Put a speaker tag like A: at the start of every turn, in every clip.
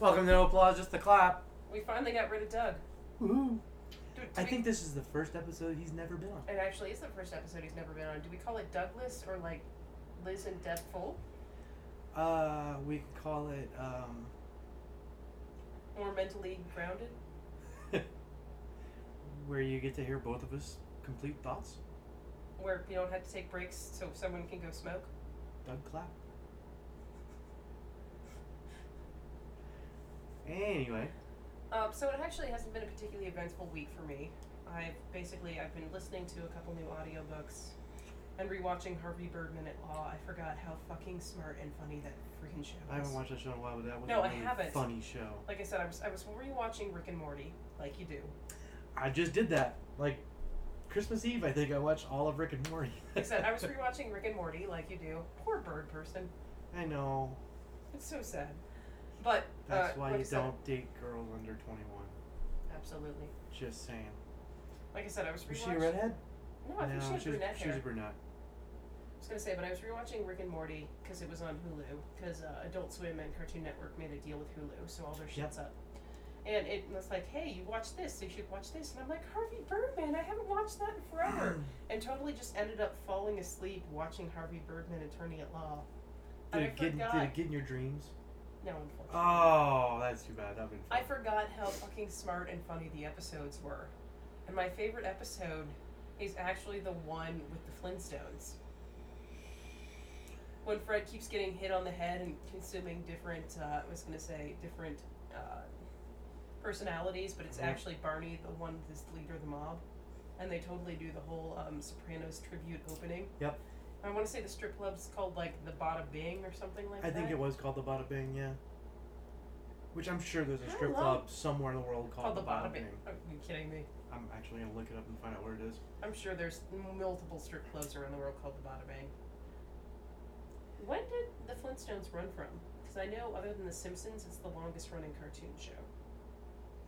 A: Welcome to No Applause, Just the Clap.
B: We finally got rid of Doug.
A: Woo.
B: Do, do
A: I
B: we-
A: think this is the first episode he's never been on.
B: it actually is the first episode he's never been on. Do we call it Douglas or like Liz and Deb Full
A: Uh, we could call it, um,
B: or mentally grounded?
A: where you get to hear both of us complete thoughts.
B: Where you don't have to take breaks so someone can go smoke.
A: Doug Clap. Anyway,
B: Um, so it actually hasn't been a particularly eventful week for me. I've basically I've been listening to a couple new audiobooks and rewatching Harvey Birdman at Law. I forgot how fucking smart and funny that freaking show is.
A: I haven't watched that show in a while, but that was
B: No,
A: a
B: I
A: really
B: haven't.
A: funny show.
B: like I said, I was I was rewatching Rick and Morty, like you do.
A: I just did that. Like, Christmas Eve, I think I watched all of Rick and Morty.
B: Like I said, I was rewatching Rick and Morty, like you do. Poor bird person.
A: I know.
B: It's so sad. But
A: That's
B: uh,
A: why
B: like
A: you
B: I said-
A: don't date girls under 21.
B: Absolutely.
A: Just saying.
B: Like I said, I was rewatching.
A: Was she a redhead?
B: No, Oh, I think she
A: no,
B: had
A: she was,
B: brunette
A: she
B: hair.
A: was a brunette.
B: I was gonna say, but I was rewatching Rick and Morty because it was on Hulu because uh, Adult Swim and Cartoon Network made a deal with Hulu, so all their
A: Yep.
B: shit's up. And it was like, hey, you watched this, so you should watch this. And I'm like, Harvey Birdman, I haven't watched that in forever. and totally just ended up falling asleep watching Harvey Birdman, Attorney at Law.
A: Did
B: And I
A: it, get,
B: forgot.
A: did it get in your dreams?
B: No, unfortunately.
A: Oh, that's too bad. That would
B: I forgot how fucking smart and funny the episodes were. And my favorite episode is actually the one with the Flintstones. When Fred keeps getting hit on the head and consuming different, uh, I was going to say, different uh, personalities, but it's
A: Mhm.
B: actually Barney, the one that's the leader of the mob. And they totally do the whole um, Sopranos tribute opening.
A: Yep.
B: I want to say the strip club's called, like, the Bada Bing or something like
A: I
B: that.
A: think it was called the Bada Bing, yeah. Which I'm sure there's a
B: I
A: strip
B: love-
A: club somewhere in the world
B: called
A: called,
B: the
A: Bada,
B: Bada
A: Bing.
B: Bing. Are you kidding me?
A: I'm actually gonna look it up and find out where it is.
B: I'm sure there's multiple strip clubs around the world called the Bada Bang. When did the Flintstones run from? Because I know, other than The Simpsons, it's the longest running cartoon show.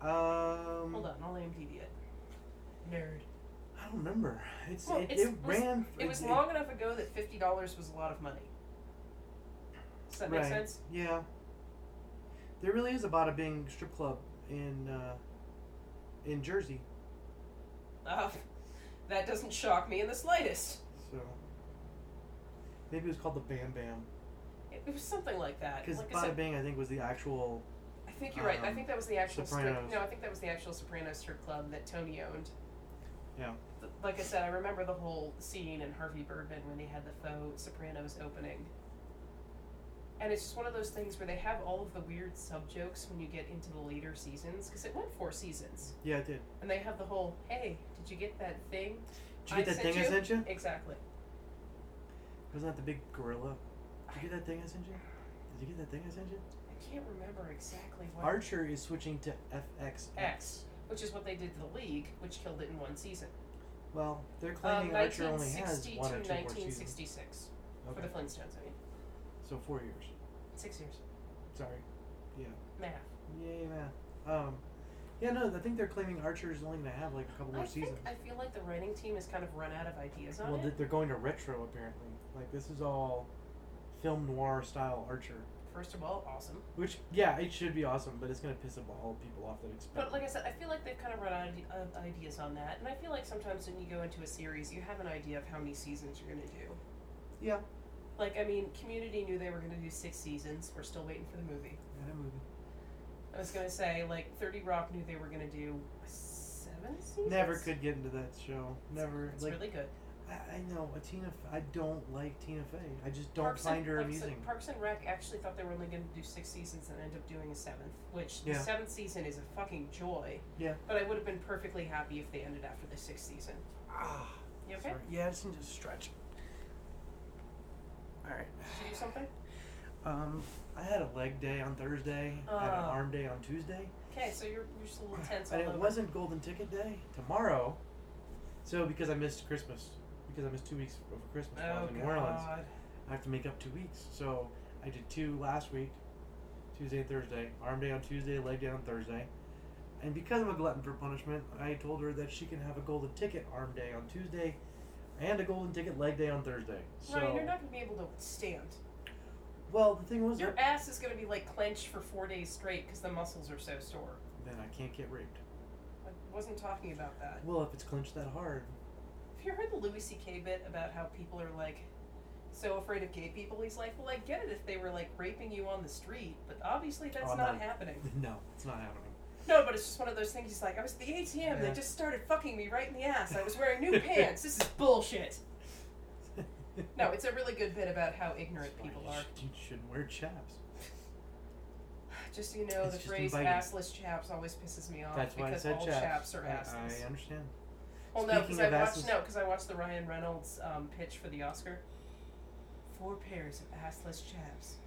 A: Um,
B: Hold on, I'll IMDb it. Nerd.
A: I don't remember. It's,
B: Well,
A: it,
B: it's-
A: it ran.
B: It was long enough ago that fifty dollars was a lot of money. Does that make
A: Right.
B: sense?
A: Yeah. There really is a Bada Bing strip club in uh, in Jersey.
B: Uh, that doesn't shock me in the slightest.
A: So maybe it was called the Bam Bam
B: It, it was something like that.
A: because
B: Like I,
A: Bada
B: said,
A: Bing I think was the actual
B: I think you're right. I
A: um,
B: think that was the actual strip.
A: Sopranos.
B: No, I think that was the actual Soprano strip club that Tony owned.
A: yeah
B: th- like I said, I remember the whole scene in Harvey Birdman when they had the faux Sopranos opening. And it's just one of those things where they have all of the weird sub jokes when you get into the later seasons, because it went four seasons.
A: yeah it did.
B: And they have the whole, hey, did you get that thing?
A: Did you get
B: I
A: that
B: sent
A: thing I
B: you-
A: sent you?
B: Exactly.
A: Wasn't that the big gorilla? Did you get that thing I sent you? Did you get that thing I sent you?
B: I can't remember exactly what.
A: Archer is switching to FX.
B: X, which is what they did to the League, which killed it in one season.
A: Well, they're
B: Um,
A: claiming Archer only
B: 1960
A: has
B: to
A: one or two more seasons.
B: 1966 for
A: Okay,
B: the Flintstones. I mean,
A: so four years.
B: six years.
A: Sorry. Yeah.
B: Math.
A: Yay, man. Um, yeah, no, I think they're claiming Archer is only going to have like a couple more
B: I think
A: seasons.
B: I feel like the writing team has kind of run out of ideas on
A: well,
B: it.
A: th- they're going to retro apparently. Like this is all film noir style Archer,
B: First of all, awesome.
A: which yeah, it should be awesome, but it's going to piss up all people off that expect.
B: But like I said, I feel like they've kind of run out of- of ideas on that. And I feel like sometimes when you go into a series, you have an idea of how many seasons you're going to do.
A: Yeah.
B: Like, I mean, Community knew they were going to do six seasons. We're still waiting for the movie.
A: Yeah, that movie.
B: I was going to say, like, 30 Rock knew they were going to do seven seasons?
A: Never could get into that show. Never.
B: It's
A: like
B: really good.
A: I, I know a Tina. F- I don't like Tina Fey. I just don't
B: Parks
A: find
B: and,
A: her
B: Parks
A: amusing.
B: And, Parks and Rec actually thought they were only going to do six seasons and end up doing a seventh, which the
A: Yeah.
B: seventh season is a fucking joy.
A: Yeah.
B: But I would have been perfectly happy if they ended after the sixth season.
A: Ah,
B: You okay?
A: sorry. Yeah, I just need to stretch. All right.
B: Did you do something?
A: Um, I had a leg day on Thursday. I had an
B: Oh.
A: arm day on Tuesday.
B: Okay, so you're, you're just a little tense all
A: And it
B: over.
A: wasn't Golden Ticket Day tomorrow. So because I missed Christmas, because I missed two weeks of Christmas while I
B: Oh,
A: was in New Orleans,
B: God.
A: I have to make up two weeks. So I did two last week, Tuesday and Thursday. Arm day on Tuesday, leg day on Thursday. And because I'm a glutton for punishment, I told her that she can have a golden ticket arm day on Tuesday and a golden ticket leg day on Thursday. So
B: Ryan, you're not going to be able to stand.
A: Well, the thing was,
B: Your
A: that
B: ass is going to be like clenched for four days straight because the muscles are so sore.
A: then I can't get raped.
B: I wasn't talking about that.
A: Well, if it's clenched that hard,
B: Have you heard the Louis C.K. bit about how people are like so afraid of gay people? He's like, well, I get it if they were like raping you on the street, but obviously that's
A: Oh,
B: not
A: no.
B: happening.
A: no, it's not happening.
B: No, but it's just one of those things. He's like, I was at the ATM. They
A: Yeah.
B: just started fucking me right in the ass. I was wearing new pants. This is bullshit. No, it's a really good bit about how ignorant
A: It's fine.
B: people
A: You
B: are.
A: sh- You shouldn't wear chaps.
B: Just so you know,
A: It's
B: the
A: just
B: phrase
A: inviting.
B: "assless chaps" always pisses me off
A: That's why I
B: Um, because
A: said
B: all
A: chaps.
B: chaps are
A: I-
B: assless.
A: I understand.
B: well, Oh, no, because
A: Speaking
B: I
A: of
B: watched
A: assless-
B: no, because I watched the Ryan Reynolds um, pitch for the Oscar. Four pairs of assless chaps.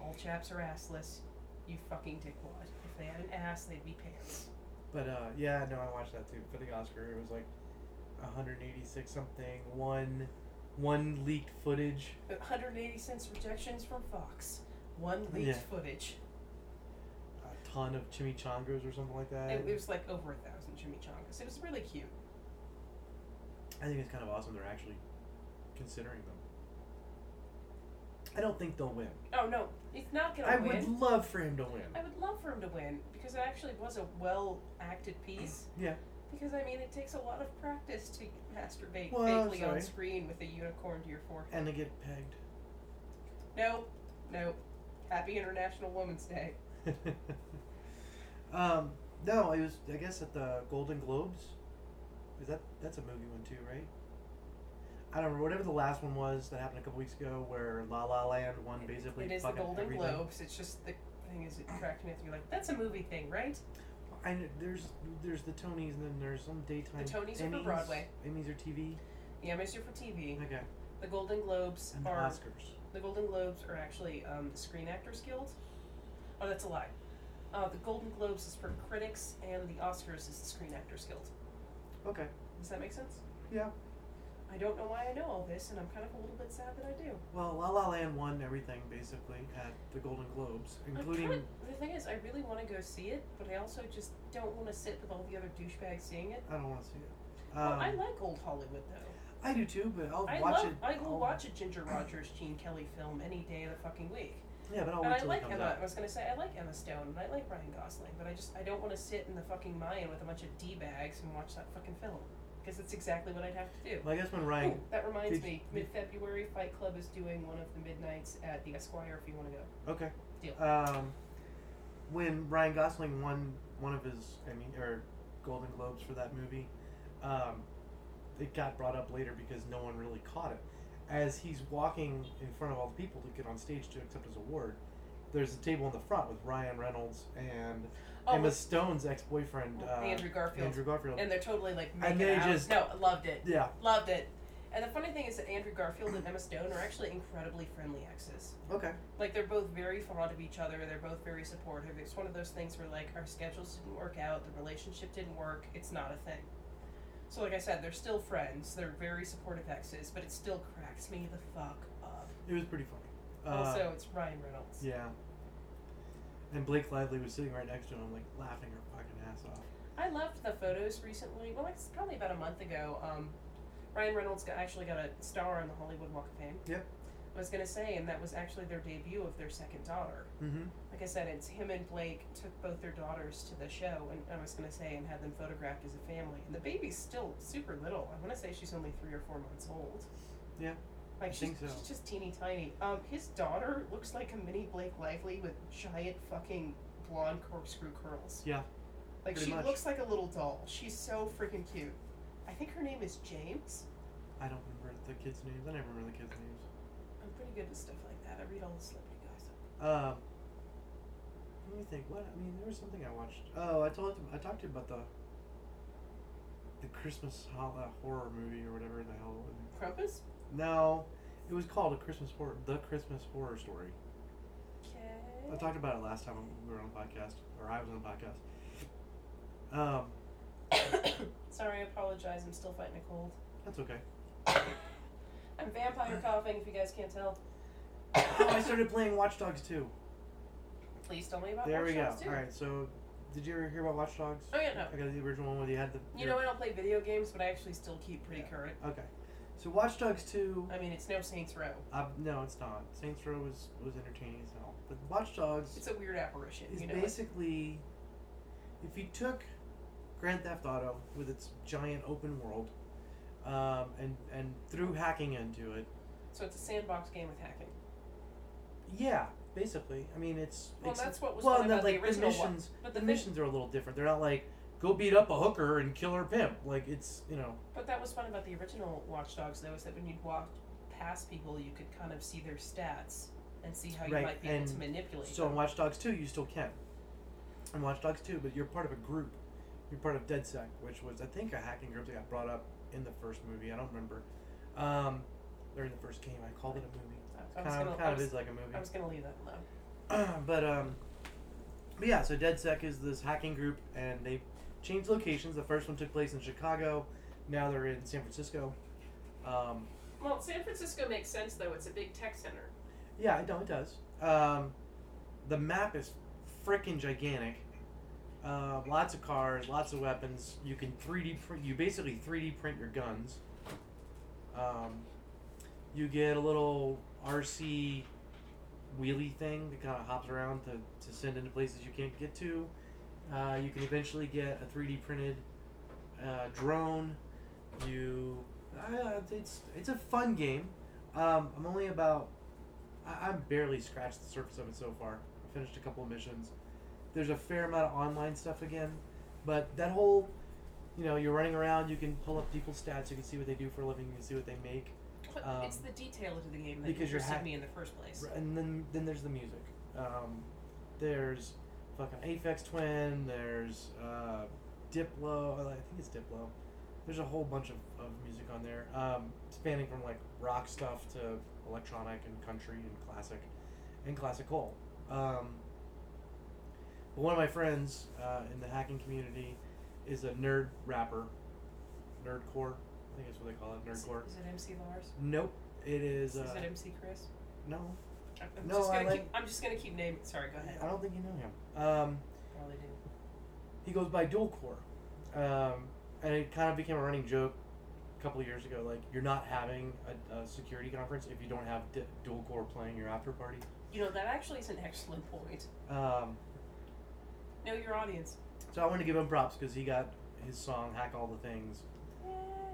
B: All chaps are assless. You fucking dickwad. If they had an ass, they'd be pants.
A: But uh, yeah, no, I watched that too for the Oscar. It was like 186 something. One, one leaked footage.
B: 180 cents rejections from Fox. One leaked
A: Yeah.
B: footage.
A: a ton of chimichangas or something like that.
B: It, it was like over a thousand chimichangas. It was really cute.
A: I think it's kind of awesome they're actually considering them. I don't think they'll win.
B: Oh no, it's not gonna
A: I
B: win.
A: would love for him to win.
B: I would love for him to win because it actually was a well acted piece.
A: Yeah.
B: Because I mean, it takes a lot of practice to masturbate
A: Well,
B: fakely
A: sorry.
B: on screen with a unicorn to your forehead.
A: And to get pegged.
B: Nope, nope. Happy International Women's Day.
A: um, no, it was I guess at the Golden Globes. Is that that's a movie one too, right? I don't remember whatever the last one was that happened a couple weeks ago where La La Land won
B: It-
A: basically
B: it is the
A: fucking
B: Golden
A: everything.
B: Globes. It's just the thing is, it cracked me up to be like, that's a movie thing, right?
A: I kn- there's there's the Tonys and then there's some daytime.
B: Tonys are for
A: Emmys.
B: Broadway.
A: Emmys are TV.
B: The Emmys are for TV.
A: Okay.
B: The Golden Globes
A: And the
B: are
A: Oscars.
B: the Golden Globes are actually um, the Screen Actors Guild. Oh, that's a lie. Uh, the Golden Globes is for critics, and the Oscars is the Screen Actors Guild.
A: Okay.
B: Does that make sense?
A: Yeah.
B: I don't know why I know all this, and I'm kind of a little bit sad that I do.
A: Well, La La Land won everything basically at the Golden Globes, including
B: I'm kind of, the thing is, I really want to go see it, but I also just don't want to sit with all the other douchebags seeing it.
A: I don't want to see it. Um,
B: Well, I like old Hollywood though.
A: I do too, but I'll
B: I
A: watch
B: love.
A: it.
B: I will
A: I'll-
B: watch a Ginger Rogers, Gene Kelly film any day of the fucking week.
A: Yeah, but I'll
B: and
A: wait
B: I
A: till it
B: like
A: comes
B: Emma.
A: out.
B: I was gonna say I like Emma Stone and I like Ryan Gosling, but I just I don't want to sit in the fucking Mayan with a bunch of d bags and watch that fucking film because it's exactly what I'd have to do.
A: Well, I guess when Ryan
B: Ooh, that reminds
A: did-
B: me, mid February, Fight Club is doing one of the midnights at the Esquire. If you want to go,
A: Okay.
B: Deal.
A: Um, when Ryan Gosling won one of his, I mean, or Golden Globes for that movie, um, it got brought up later because no one really caught it. As he's walking in front of all the people to get on stage to accept his award, there's a table in the front with Ryan Reynolds and
B: oh,
A: Emma
B: with
A: Stone's ex-boyfriend uh,
B: Andrew Garfield,
A: Andrew Garfield.
B: and they're totally like
A: And
B: making
A: they
B: out.
A: just-
B: no, I loved it,
A: yeah,
B: loved it. And the funny thing is that Andrew Garfield and Emma Stone are actually incredibly friendly exes.
A: okay.
B: like they're both very fond of each other they're both very supportive it's one of those things where like our schedules didn't work out the relationship didn't work it's not a thing so like i said they're still friends they're very supportive exes but it still cracks me the fuck up
A: It was pretty funny. Uh,
B: also it's ryan reynolds
A: yeah. And Blake Lively was sitting right next to him, like laughing her fucking ass off.
B: i loved the photos recently well like it's probably about a month ago um, ryan reynolds got, actually got a star on the hollywood walk of fame
A: Yep.
B: i was going to say and that was actually their debut of their second daughter
A: Mm-hmm.
B: like I said, it's him and Blake took both their daughters to the show, and I was gonna say, and had them photographed as a family. And the baby's still super little. I want to say she's only three or four months old.
A: Yeah,
B: like
A: I
B: she's,
A: think so.
B: she's just teeny tiny. Um, his daughter looks like a mini Blake Lively with giant fucking blonde corkscrew curls.
A: Yeah,
B: like
A: pretty
B: she
A: much.
B: looks like a little doll. She's so freaking cute. I think her name is James.
A: I don't remember the kids' names. I never remember the kids' names.
B: I'm pretty good at stuff like that. I read all the celebrity gossip.
A: Um, let me think. What I mean, there was something I watched. Oh, I told I talked to you about the the Christmas ho- uh, horror movie or whatever the hell. it was.
B: Krampus.
A: No, it was called a Christmas horror, the Christmas horror story. I
B: Okay.
A: talked about it last time we were on the podcast, or I was on the podcast. Um,
B: Sorry, I apologize. I'm still fighting a cold.
A: that's okay.
B: I'm vampire coughing if you guys can't tell.
A: Oh, I started playing Watch Dogs too.
B: Please tell me about
A: There
B: Watch
A: we go.
B: Dogs 2.
A: All right, so did you ever hear about Watch Dogs?
B: Oh yeah, no.
A: I got the original one where you had the
B: You
A: your-
B: know I don't play video games, but I actually still keep pretty
A: Yeah.
B: current.
A: Okay. So Watch Dogs two.
B: I mean, it's no Saints Row.
A: Uh, no, it's not. Saints Row was was entertaining as hell, but Watch Dogs
B: It's a weird apparition,
A: is
B: you know. like-
A: basically if you took Grand Theft Auto with its giant open world, um, and and threw hacking into it.
B: so it's a sandbox game with hacking.
A: Yeah, basically. I mean, it's
B: Well,
A: it's,
B: that's what was
A: well,
B: fun
A: and then,
B: about
A: like
B: the original one.
A: missions.
B: But
A: The
B: thi-
A: missions are a little different. They're not like go beat up a hooker and kill her pimp. Like it's you know
B: But that was fun about the original Watch Dogs, though, is that when you'd walk past people, you could kind of see their stats and see how you
A: Right,
B: might be able to
A: and
B: manipulate
A: So in
B: them.
A: Watch Dogs 2, you still can. In Watch Dogs 2, but you're part of a group. You're part of DedSec, which was, I think, a hacking group that got brought up in the first movie. I don't remember. Um, during the first game, I called it a movie.
B: I was
A: kind
B: gonna,
A: of,
B: I
A: kind of
B: was-
A: is like a
B: I
A: movie.
B: was gonna leave that alone.
A: but, um, but yeah, so DedSec is this hacking group, and they changed locations. The first one took place in Chicago. Now they're in San Francisco. Um,
B: Well, San Francisco makes sense though. It's a big tech center.
A: yeah, I know it does. Um, the map is freaking gigantic. Uh, lots of cars, lots of weapons. You can 3D print. You basically 3D print your guns. Um, you get a little RC wheelie thing that kind of hops around to, to send into places you can't get to. Uh, you can eventually get a 3D printed uh, drone. You, uh, it's it's a fun game. Um, I'm only about I, I'm barely scratched the surface of it so far. I finished a couple of missions. There's a fair amount of online stuff again, but that whole, you know, you're running around, you can pull up people's stats, you can see what they do for a living, you can see what they make,
B: But it's
A: Um,
B: the detail of the game that
A: because you're
B: interested
A: hack-
B: me in the first place.
A: R- and then then there's the music. Um, there's fucking Aphex Twin. There's uh, Diplo. I think it's Diplo. There's a whole bunch of, of music on there, um, spanning from like rock stuff to electronic and country and classic, and classical. Um, but one of my friends uh, in the hacking community is a nerd rapper, nerdcore. I think that's what they call it,
B: Is,
A: nerdcore.
B: is it MC Lars?
A: Nope, it is.
B: Is,
A: Uh,
B: it MC Chris?
A: no,
B: I'm I'm
A: No,
B: just
A: I
B: gonna
A: like-
B: keep. I'm just gonna keep naming. Sorry, go ahead.
A: I don't think you know him. Um,
B: Probably do.
A: he goes by dual core um, and it kind of became a running joke a couple of years ago like you're not having a, a security conference if you don't have d- dual core playing your after party
B: You know that actually is an excellent point.
A: um,
B: Know your audience.
A: so i want to give him props because he got his song hack all the things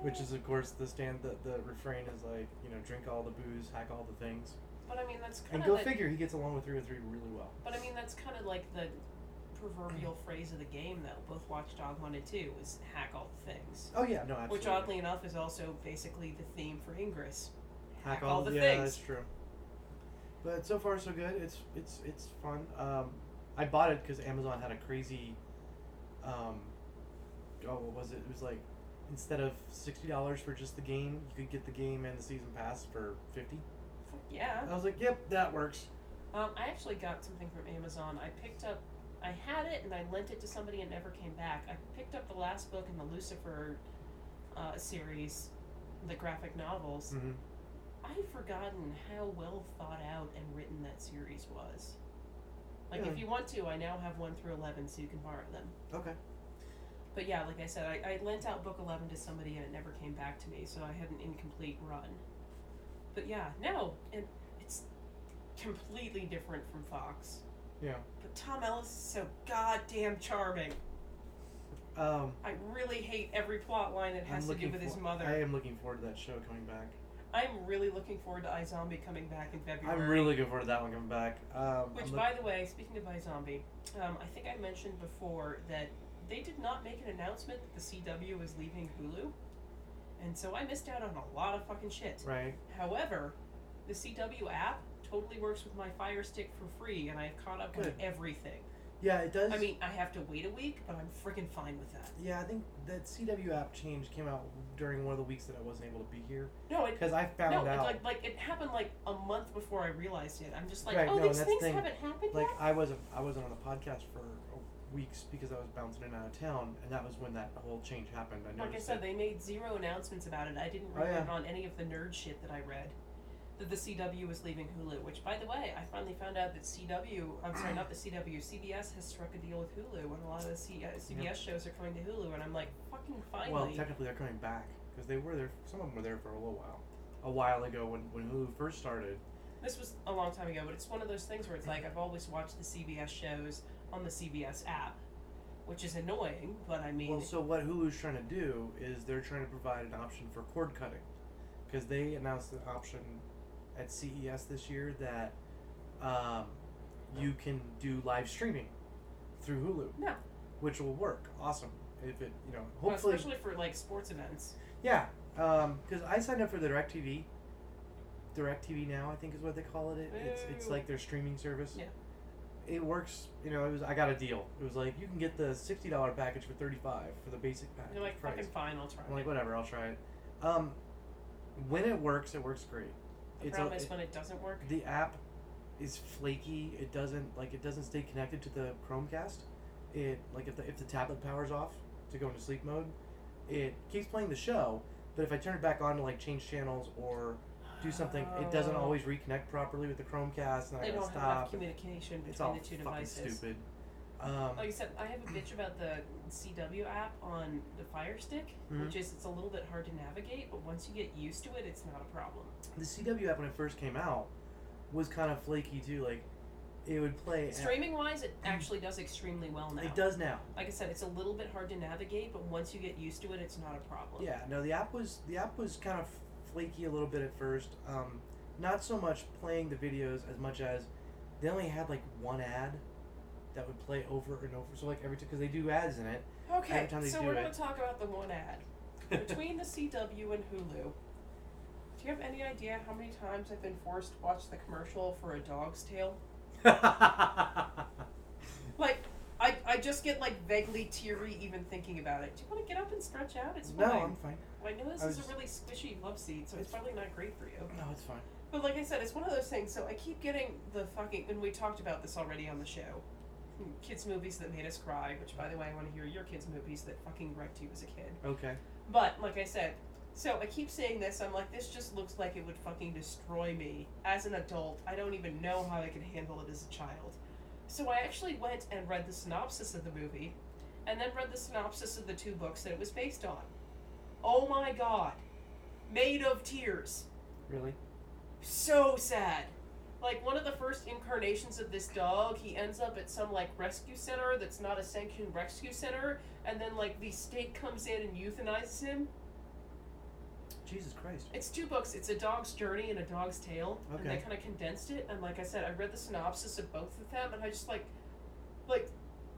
A: which is of course the stand that the refrain is like you know drink all the booze hack all the things
B: But I mean that's kind
A: and
B: of
A: go
B: the,
A: figure he gets along with 303 really well
B: But I mean, that's kind of like the proverbial phrase of the game, though. Both Watch Dog 1 and 2 is hack all the things.
A: oh yeah no absolutely
B: Which, oddly enough, is also basically the theme for Ingress.
A: hack
B: all
A: all
B: the
A: yeah,
B: things.
A: that's true. But so far so good. It's it's it's fun. Um, I bought it because Amazon had a crazy, um, oh what was it? It was like instead of sixty dollars for just the game, you could get the game and the season pass for fifty.
B: Yeah.
A: I was like, yep, that works.
B: Um, I actually got something from Amazon. I picked up, I had it and I lent it to somebody and never came back. I picked up the last book in the Lucifer uh, series, the graphic novels.
A: Mm-hmm.
B: I'd forgotten how well thought out and written that series was. Like, if
A: Yeah.
B: you want to, I now have 1 through 11, so you can borrow them.
A: Okay.
B: But yeah, like I said, I, I lent out book 11 to somebody and it never came back to me, so I had an incomplete run. But yeah, no, and it's completely different from Fox.
A: Yeah.
B: But Tom Ellis is so goddamn charming.
A: Um,
B: I really hate every plot line that
A: I'm
B: has to do
A: looking
B: with his
A: for-
B: mother.
A: I am looking forward to that show coming back.
B: I'm really looking forward to iZombie coming back in February.
A: I'm really looking forward to that one coming back. Um, I'm
B: Which,
A: look-
B: by the way, speaking of iZombie, um, I think I mentioned before that they did not make an announcement that the CW was leaving Hulu, and so I missed out on a lot of fucking shit.
A: right.
B: However, the CW app totally works with my Fire Stick for free, and I have caught up with
A: Good.
B: everything.
A: Yeah, it does.
B: I mean, I have to wait a week, but I'm freaking fine with that.
A: Yeah, I think that CW app change came out during one of the weeks that I wasn't able to be here
B: No, it
A: because I found
B: no, it,
A: out
B: like like it happened like a month before I realized it. I'm just like,
A: Right,
B: oh,
A: no,
B: these
A: that's
B: things
A: the thing.
B: haven't happened
A: like
B: yet.
A: I wasn't I wasn't on the podcast for uh, weeks because I was bouncing in and out of town, and that was when that whole change happened. I
B: Like I
A: noticed.
B: said, they made zero announcements about it. I didn't
A: Oh,
B: read
A: yeah.
B: it on any of the nerd shit that I read. that the CW was leaving Hulu, which, by the way, I finally found out that CW, I'm sorry, not the CW, CBS has struck a deal with Hulu, and a lot of the C, uh, CBS shows are coming to Hulu, and I'm like, fucking finally.
A: Well, technically they're coming back because they were there. Some of them were there for a little while, a while ago when when Hulu first started.
B: this was a long time ago, but it's one of those things where it's like, I've always watched the CBS shows on the CBS app, which is annoying, but I mean,
A: Well, so what Hulu's trying to do is they're trying to provide an option for cord cutting, because they announced an option at CES this year that um, you can do live streaming through Hulu.
B: Yeah.
A: Which will work awesome if it you know
B: well,
A: hopefully
B: Oh, especially for like sports events.
A: yeah because I signed up for the Directv. Directv now I think is what they call it. It's it's
B: Ooh.
A: like their streaming service.
B: Yeah.
A: It works. You know, it was I got a deal. It was like you can get the sixty dollar package for thirty five for the basic package.
B: And you're like,
A: price.
B: fucking fine, I'll try.
A: I'm like, whatever, I'll try it. Um, when it works, it works great.
B: the
A: a-
B: problem is when it doesn't work,
A: the app is flaky. It doesn't like it doesn't stay connected to the Chromecast. It like if the if the tablet powers off to go into sleep mode, it keeps playing the show. But if I turn it back on to like change channels or do something, it doesn't
B: Oh.
A: always reconnect properly with the Chromecast, and I
B: They
A: gotta
B: don't have enough
A: stop.
B: communication between
A: It's all
B: the two
A: fucking
B: devices. Oh,
A: stupid. Um,
B: Like I said, I have a bitch about the CW app on the Fire Stick,
A: Mhm.
B: which is it's a little bit hard to navigate, but once you get used to it, it's not a problem.
A: the CW app when it first came out was kind of flaky too. Like it would play. at-
B: Streaming wise, it actually does extremely well now.
A: It does now.
B: Like I said, it's a little bit hard to navigate, but once you get used to it, it's not a problem.
A: Yeah, no, the app was the app was kind of flaky a little bit at first. Um, not so much playing the videos as much as they only had like one ad that would play over and over. So like every because they do ads in it.
B: Okay,
A: Every time they
B: so
A: do
B: we're
A: it-
B: gonna talk about the one ad between the CW and Hulu. Do you have any idea how many times I've been forced to watch the commercial for a dog's tail? Like, I, I just get like vaguely teary even thinking about it. Do you want to get up and stretch out? It's
A: no,
B: fine.
A: I'm fine.
B: I know this
A: I
B: is a
A: was-
B: really squishy love seat, so it's probably not great for you.
A: No, it's fine.
B: But like I said, it's one of those things. So I keep getting the fucking, and we talked about this already on the show. Kids' movies that made us cry, which by the way, I want to hear your kids' movies that fucking wrecked you as a kid.
A: Okay.
B: But like I said, so I keep saying this. I'm like, this just looks like it would fucking destroy me as an adult. I don't even know how I could handle it as a child. So I actually went and read the synopsis of the movie, and then read the synopsis of the two books that it was based on. Oh my god, made of tears
A: Really?
B: so sad. Like one of the first incarnations of this dog, he ends up at some like rescue center that's not a sanctioned rescue center, and then like the state comes in and euthanizes him.
A: Jesus Christ.
B: It's two books. It's a dog's journey and a dog's tale, and they
A: Okay.
B: kind of condensed it. And like I said, I read the synopsis of both of them, and I just like, like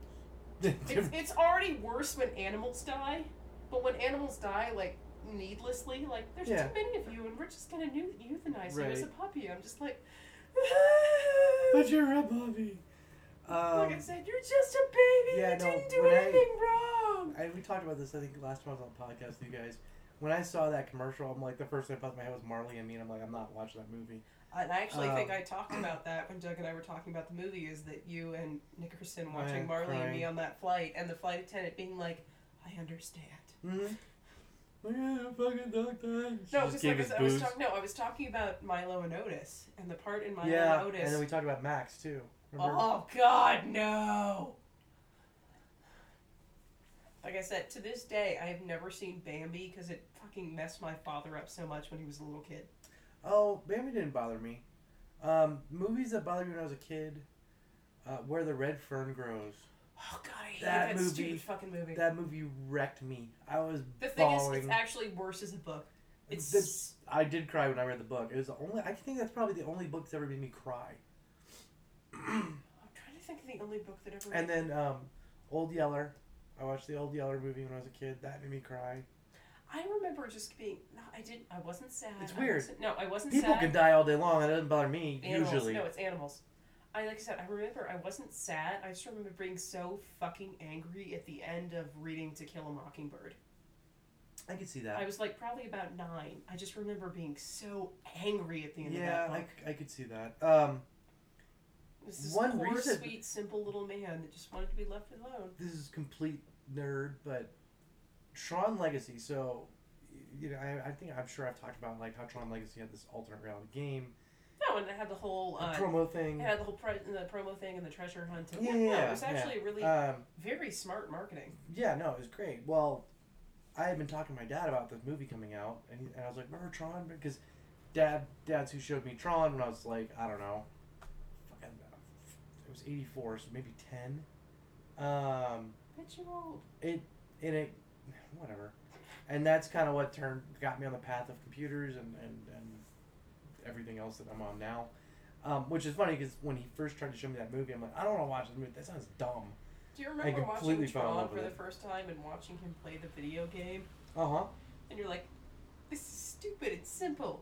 B: it's it's already worse when animals die, but when animals die like needlessly, like there's
A: Yeah.
B: too many of you, and we're just gonna eu- euthanize you as a
A: Right.
B: puppy. I'm just like.
A: but you're a puppy. Um,
B: like I said, you're just a baby.
A: yeah,
B: you
A: no,
B: didn't do
A: when I-
B: anything wrong.
A: I, we talked about this, I think, last time I was on the podcast with you guys. When I saw that commercial, I'm like, the first thing that popped in my head was Marley and me, and I'm like, I'm not watching that movie.
B: And I actually
A: Um,
B: think I talked about that when Doug and I were talking about the movie. Is that you and Nickerson watching
A: yeah,
B: Marley and me
A: crying.
B: on that flight, and the flight attendant being like, "I understand."
A: Mm-hmm. Look at the fucking dog died. She
B: No,
A: just
B: just
A: gave
B: like I
A: his
B: was, I was
A: boobs.
B: talking. No, I was talking about Milo and Otis and the part in Milo
A: yeah,
B: and Otis.
A: and then we talked about Max too. Remember?
B: Oh God, no! Like I said, to this day, I have never seen Bambi because it fucking messed my father up so much when he was a little kid.
A: Oh, Bambi didn't bother me. Um, movies that bothered me when I was a kid, uh, Where the Red Fern Grows.
B: Oh god, I hate that,
A: That movie-
B: stupid fucking movie.
A: That movie wrecked me. I was
B: the thing is,
A: bawling.
B: it's actually worse as a book. It's
A: This- I did cry when I read the book. It was the only. I think that's probably the only book that's ever made me cry.
B: I'm trying to think of the only book that ever.
A: And then um, Old Yeller. I watched the Old Yeller movie when I was a kid. That made me cry.
B: I remember just being. No, I didn't. I wasn't sad.
A: It's
B: I
A: weird.
B: wasn't- no, I wasn't
A: People
B: sad.
A: can die all day long. That doesn't bother me
B: animals.
A: usually.
B: No, it's animals. I like I said, I remember I wasn't sad. I just remember being so fucking angry at the end of reading To Kill a Mockingbird.
A: I can see that.
B: I was like probably about nine. I just remember being so angry at the end
A: yeah,
B: of that
A: I,
B: book.
A: c- I could see that. Um,
B: It was this
A: one
B: poor,
A: reason-
B: sweet, simple little man that just wanted to be left alone.
A: this is complete nerd, but Tron Legacy. So you know, I, I think I'm sure I've talked about like how Tron Legacy had this alternate reality game
B: No, and it had the whole
A: a
B: uh,
A: promo thing.
B: it had the whole pre- the promo thing and the treasure hunt. And
A: Yeah,
B: no,
A: yeah,
B: it was
A: yeah.
B: actually really
A: Um,
B: very smart marketing.
A: yeah, no, it was great. Well, I had been talking to my dad about this movie coming out, and, he, and I was like, "Remember Tron?" Because dad, dad's who showed me Tron when I was like, I don't know, fucking, it was '84, so maybe ten. Um,
B: Bitch, you old.
A: it and it whatever and that's kind of what turned got me on the path of computers and and, and everything else that i'm on now um, which is funny because when he first tried to show me that movie i'm like i don't want to watch this movie that sounds dumb
B: Do you remember watching
A: completely fell in
B: Tron
A: love
B: for
A: with
B: the
A: it.
B: first time and watching him play the video game?
A: uh-huh
B: And you're like, this is stupid. It's simple.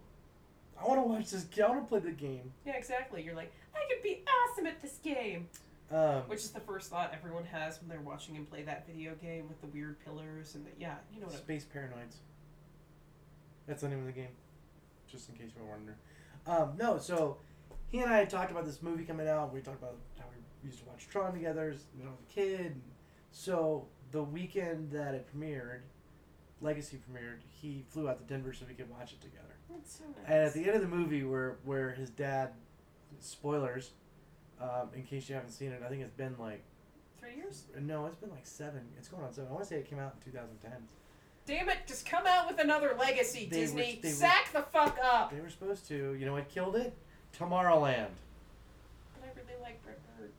A: i want to watch this i want to play the game
B: Yeah, exactly. You're like, I could be awesome at this game.
A: um,
B: Which is the first thought everyone has when they're watching him play that video game with the weird pillars and the yeah, you know what?
A: space paranoids that's the name of the game just in case you were wondering um, no so he and i had talked about this movie coming out we talked about how we used to watch tron together as when i was a kid So the weekend that it premiered, Legacy premiered, he flew out to Denver so we could watch it together.
B: That's so nice.
A: And at the end of the movie, where where his dad, spoilers, um, in case you haven't seen it, I think it's been like
B: Three years?
A: no, it's been like seven. It's going on seven. I want to say it came out in 2010.
B: Damn it! Just come out with another legacy,
A: They were-
B: Disney.
A: they were-
B: Sack the fuck up.
A: They were supposed to. You know what killed it? Tomorrowland.
B: But I really like Brett Bird.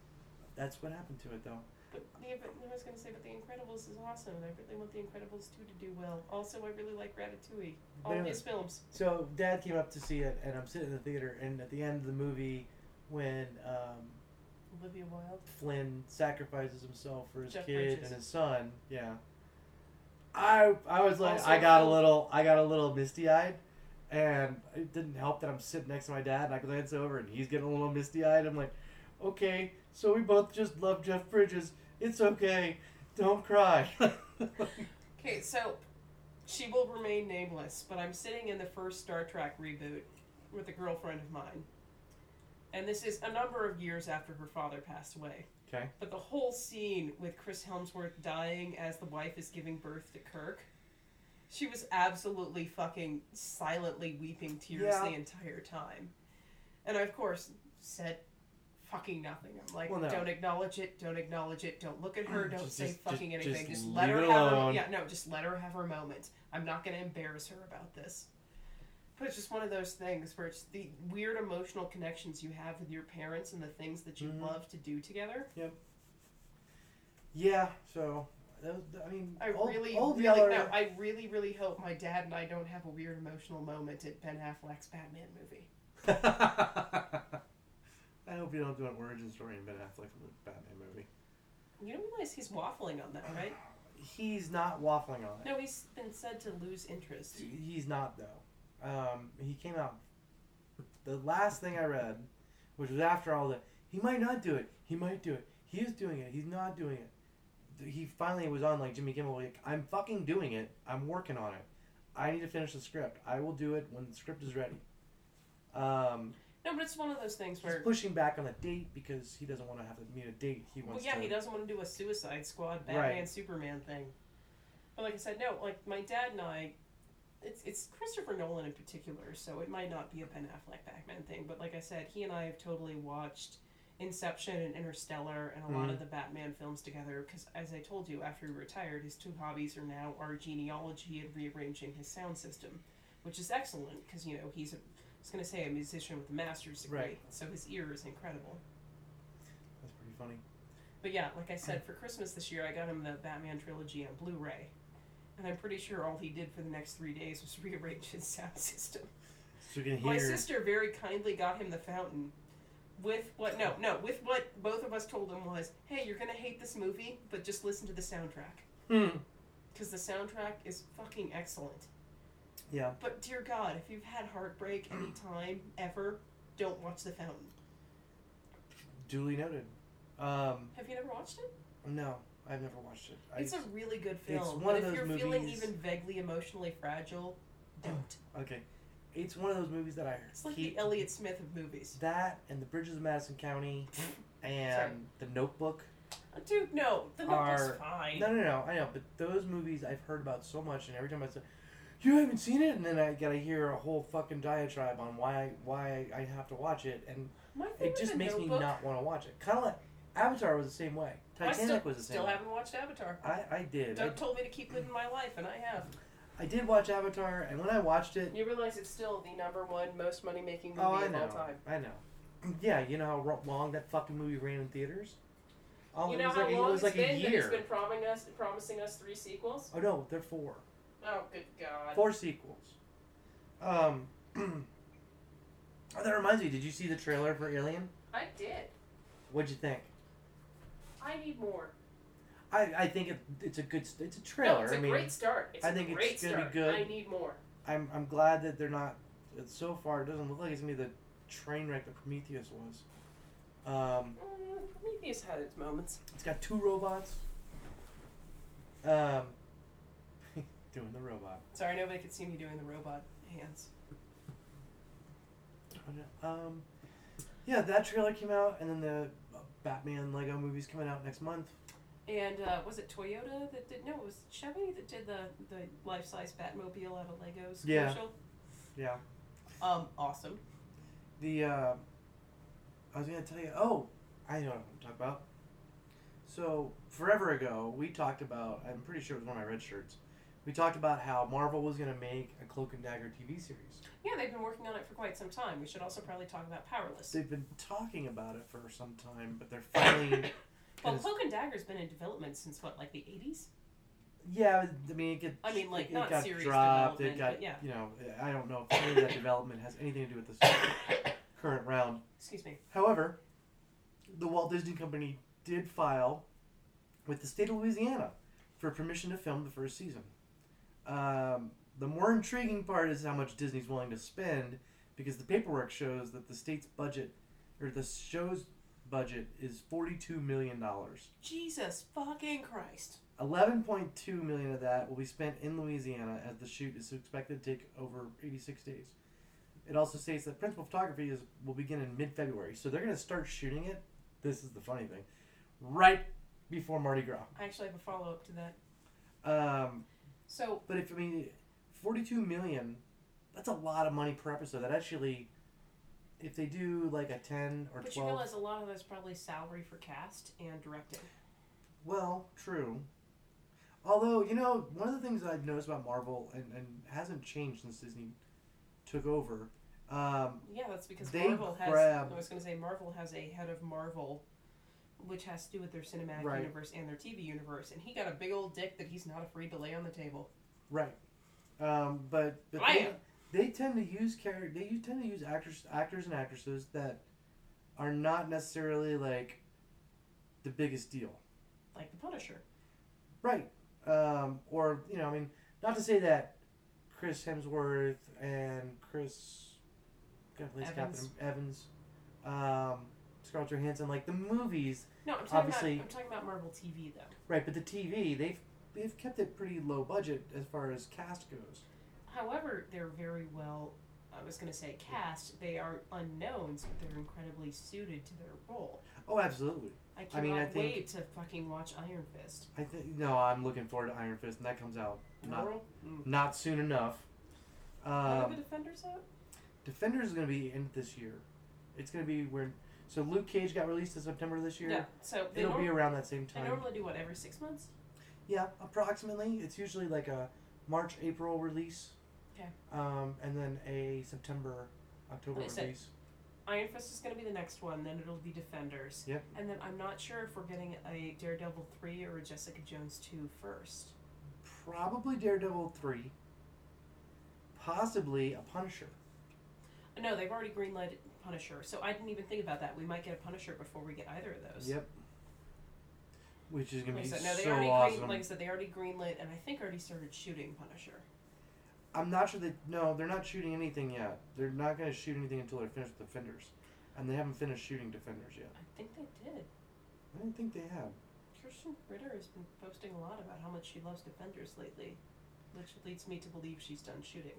A: That's what happened to it though.
B: But yeah, but I was gonna say, but The Incredibles is awesome, and I really want The Incredibles two to do well. Also, I really like Ratatouille. All
A: They-
B: his films.
A: So dad came up to see it, and I'm sitting in the theater, and at the end of the movie, when um,
B: Olivia Wilde.
A: Flynn sacrifices himself for his
B: Jeff
A: kid
B: Bridges.
A: and his son. Yeah. I I was like
B: Also
A: I got a
B: Phil-
A: little I got a little misty eyed, and it didn't help that I'm sitting next to my dad and I glance over and he's getting a little misty eyed. I'm like, okay, so we both just love Jeff Bridges. It's okay, don't cry.
B: Okay, so she will remain nameless, but I'm sitting in the first Star Trek reboot with a girlfriend of mine. And this is a number of years after her father passed away.
A: okay.
B: But the whole scene with Chris Helmsworth dying as the wife is giving birth to Kirk, she was absolutely fucking silently weeping tears
A: Yeah.
B: the entire time. And I, of course, said fucking nothing. I'm like,
A: Well, no.
B: don't acknowledge it, don't acknowledge it, don't look at her, don't
A: Just-
B: say
A: just-
B: fucking
A: just-
B: anything.
A: just
B: Just, let
A: leave
B: her
A: it
B: have her.
A: alone.
B: Yeah, no, just let her have her moment. I'm not going to embarrass her about this. But it's just one of those things where it's the weird emotional connections you have with your parents and the things that you
A: Mhm.
B: love to do together.
A: Yeah. So that was, I mean,
B: I
A: old,
B: really,
A: old
B: really,
A: Yeller-
B: no, I really, really hope my dad and I don't have a weird emotional moment at Ben Affleck's Batman movie.
A: I hope you don't do an origin story in Ben Affleck's Batman movie.
B: You don't realize he's waffling on that, right?
A: He's not waffling on it.
B: No, he's been said to lose interest.
A: He's not though. Um, he came out. The last thing I read, which was after all the, he might not do it. He might do it. He is doing it. He's not doing it. Th- He finally was on like Jimmy Kimmel. Like I'm fucking doing it. I'm working on it. I need to finish the script. I will do it when the script is ready. Um,
B: No, but it's one of those things
A: he's
B: where,
A: pushing back on a date because he doesn't want to have to meet a date. He
B: well,
A: wants.
B: yeah,
A: to,
B: he doesn't want to do a Suicide Squad,
A: Right.
B: Batman, Superman thing. But like I said, no, like my dad and I, it's it's Christopher Nolan in particular, so it might not be a Ben Affleck Batman thing. But like I said, he and I have totally watched Inception and Interstellar and a lot
A: Mhm.
B: of the Batman films together. Because as I told you, after he retired, his two hobbies are now our genealogy and rearranging his sound system, which is excellent because you know he's a, I was going to say a musician with a master's degree,
A: Right.
B: so his ear is incredible.
A: That's pretty funny.
B: But yeah, like I said, for Christmas this year, I got him the Batman trilogy on Blu-ray, and I'm pretty sure all he did for the next three days was rearrange his sound system.
A: So you can
B: My
A: hear.
B: sister very kindly got him the fountain, with what? No, no, with what both of us told him was, "Hey, you're gonna hate this movie, but just listen to the soundtrack,
A: Hmm.
B: because the soundtrack is fucking excellent."
A: Yeah.
B: But dear God, if you've had heartbreak any time ever, don't watch the fountain.
A: Duly noted. Um,
B: Have you never watched it?
A: No, I've never watched it. I,
B: It's a really good film.
A: it's one
B: but
A: of
B: if
A: those
B: you're feeling
A: movies-
B: even vaguely emotionally fragile, don't.
A: okay. It's one of those movies that I heard.
B: It's like the Elliot Smith of movies.
A: that and the Bridges of Madison County and
B: Sorry.
A: the Notebook.
B: Uh, Dude, no, the notebook's
A: Are-
B: fine.
A: No, no, no. I know, but those movies I've heard about so much, and every time I say, you haven't seen it, and then I gotta hear a whole fucking diatribe on why I, why I have to watch it, and
B: My thing
A: it
B: with
A: just
B: the
A: makes
B: notebook,
A: me not want to watch it. Kind of like Avatar was the same way.
B: I
A: Titanic
B: still,
A: was the same.
B: Still
A: way.
B: haven't watched Avatar.
A: I I did. I,
B: Doug told me to keep living my life, and I have.
A: I did watch Avatar, and when I watched it,
B: You realize it's still the number one most money making movie
A: oh, I
B: of all
A: know,
B: time.
A: I know. Yeah, you know how ro- long that fucking movie ran in theaters. Oh,
B: you
A: it
B: know
A: was
B: how
A: like,
B: long
A: it was like
B: been
A: a
B: that he's
A: year.
B: been promising us, promising us three sequels?
A: Oh no, they're four.
B: Oh, good God.
A: Four sequels. Um, that reminds me. Did you see the trailer for Alien?
B: I did.
A: What'd you think?
B: I need more.
A: I, I think it, it's a good st- it's a trailer.
B: No, it's a
A: I mean,
B: great start. It's
A: I
B: a
A: think it's
B: great
A: gonna be
B: start.
A: good.
B: I need more.
A: I'm I'm glad that they're not. it's- So far, it doesn't look like it's gonna be the train wreck that Prometheus was. Um,
B: Mm, Prometheus had its moments.
A: it's got two robots. Um, doing the robot.
B: Sorry, nobody could see me doing the robot hands.
A: Um, yeah, that trailer came out, and then the uh, Batman Lego movie's coming out next month.
B: And uh, was it Toyota that did? No, it was Chevy that did the, the life size Batmobile out of Legos
A: Yeah.
B: commercial.
A: Yeah.
B: Um, awesome.
A: The uh, I was gonna tell you. Oh, I know what I'm gonna talk about. So forever ago, we talked about. I'm pretty sure it was one of my red shirts. We talked about how Marvel was gonna make a Cloak and Dagger TV series.
B: Yeah, they've been working on it for quite some time. We should also probably talk about Powerless.
A: They've been talking about it for some time, but they're finally.
B: Well,
A: 'cause-
B: Cloak and Dagger's been in development since what, like the eighties?
A: yeah, I mean, it, get,
B: I mean, like,
A: it,
B: not
A: got
B: series
A: dropped. It
B: development,
A: got
B: but yeah.
A: you know. I don't know if any of that development has anything to do with this current round.
B: Excuse me.
A: However, the Walt Disney Company did file with the state of Louisiana for permission to film the first season. Um, the more intriguing part is how much Disney's willing to spend because the paperwork shows that the state's budget or the show's budget is $42 million.
B: Jesus fucking Christ.
A: 11.2 million of that will be spent in Louisiana as the shoot is expected to take over 86 days. It also states that principal photography is will begin in mid-February, so they're going to start shooting it. This is the funny thing, right before Mardi Gras.
B: I actually have a follow up to that.
A: Um,
B: So
A: but if I mean, 42 million, that's a lot of money per episode. That actually, if they do like a 10 or
B: but
A: 12,
B: you realize a lot of that's probably salary for cast and directing.
A: Well, true. Although, you know, one of the things I've noticed about Marvel and, and hasn't changed since Disney took over, um,
B: Yeah, that's because
A: They
B: Marvel has
A: grab-
B: I was gonna say Marvel has a head of Marvel which has to do with their cinematic
A: Right.
B: universe and their TV universe, and he got a big old dick that he's not afraid to lay on the table.
A: right. Um, but but
B: I
A: they,
B: am.
A: they tend to use character they u- tend to use actors actors and actresses that are not necessarily like the biggest deal.
B: Like the Punisher.
A: Right. Um, or you know, I mean, not to say that Chris Hemsworth and Chris God, plays
B: Evans.
A: Captain Evans, um, Scarlett Johansson, like the movies,
B: No, I'm talking
A: Obviously-
B: about I'm talking about Marvel TV though.
A: right? But the TV, they've they've kept it pretty low budget as far as cast goes.
B: However, they're very well, I was going to say cast, they are unknowns, but they're incredibly suited to their role.
A: Oh, absolutely.
B: I cannot
A: I mean, I think-
B: wait to fucking watch Iron Fist.
A: I think no, I'm looking forward to Iron Fist, and that comes out not
B: Laurel? Mm.
A: not soon enough.
B: Are the
A: Um,
B: Defenders out?
A: Defenders is going to be in this year. It's going to be where so Luke Cage got released in September this year.
B: No. So they,
A: It'll
B: norm-
A: be around that same
B: they
A: time.
B: normally do what, every six months?
A: Yeah, approximately. It's usually like a March April release.
B: Okay.
A: Um, and then a September October
B: Like I said-
A: release.
B: Iron Fist is going to be the next one, then it'll be Defenders.
A: Yep.
B: And then I'm not sure if we're getting a Daredevil 3 or a Jessica Jones 2 first.
A: Probably Daredevil three. Possibly a Punisher.
B: No, they've already greenlit Punisher, so I didn't even think about that. We might get a Punisher before we get either of those.
A: Yep. Which is gonna
B: Like I
A: be
B: said, no, they
A: so
B: already
A: awesome.
B: green, like I said, they already greenlit, and I think already started shooting Punisher.
A: I'm not sure that no, they're not shooting anything yet. They're not gonna shoot anything until they're finished with Defenders, and they haven't finished shooting Defenders yet.
B: I think they did.
A: I don't think they have.
B: Kirsten Ritter has been posting a lot about how much she loves Defenders lately, which leads me to believe she's done shooting.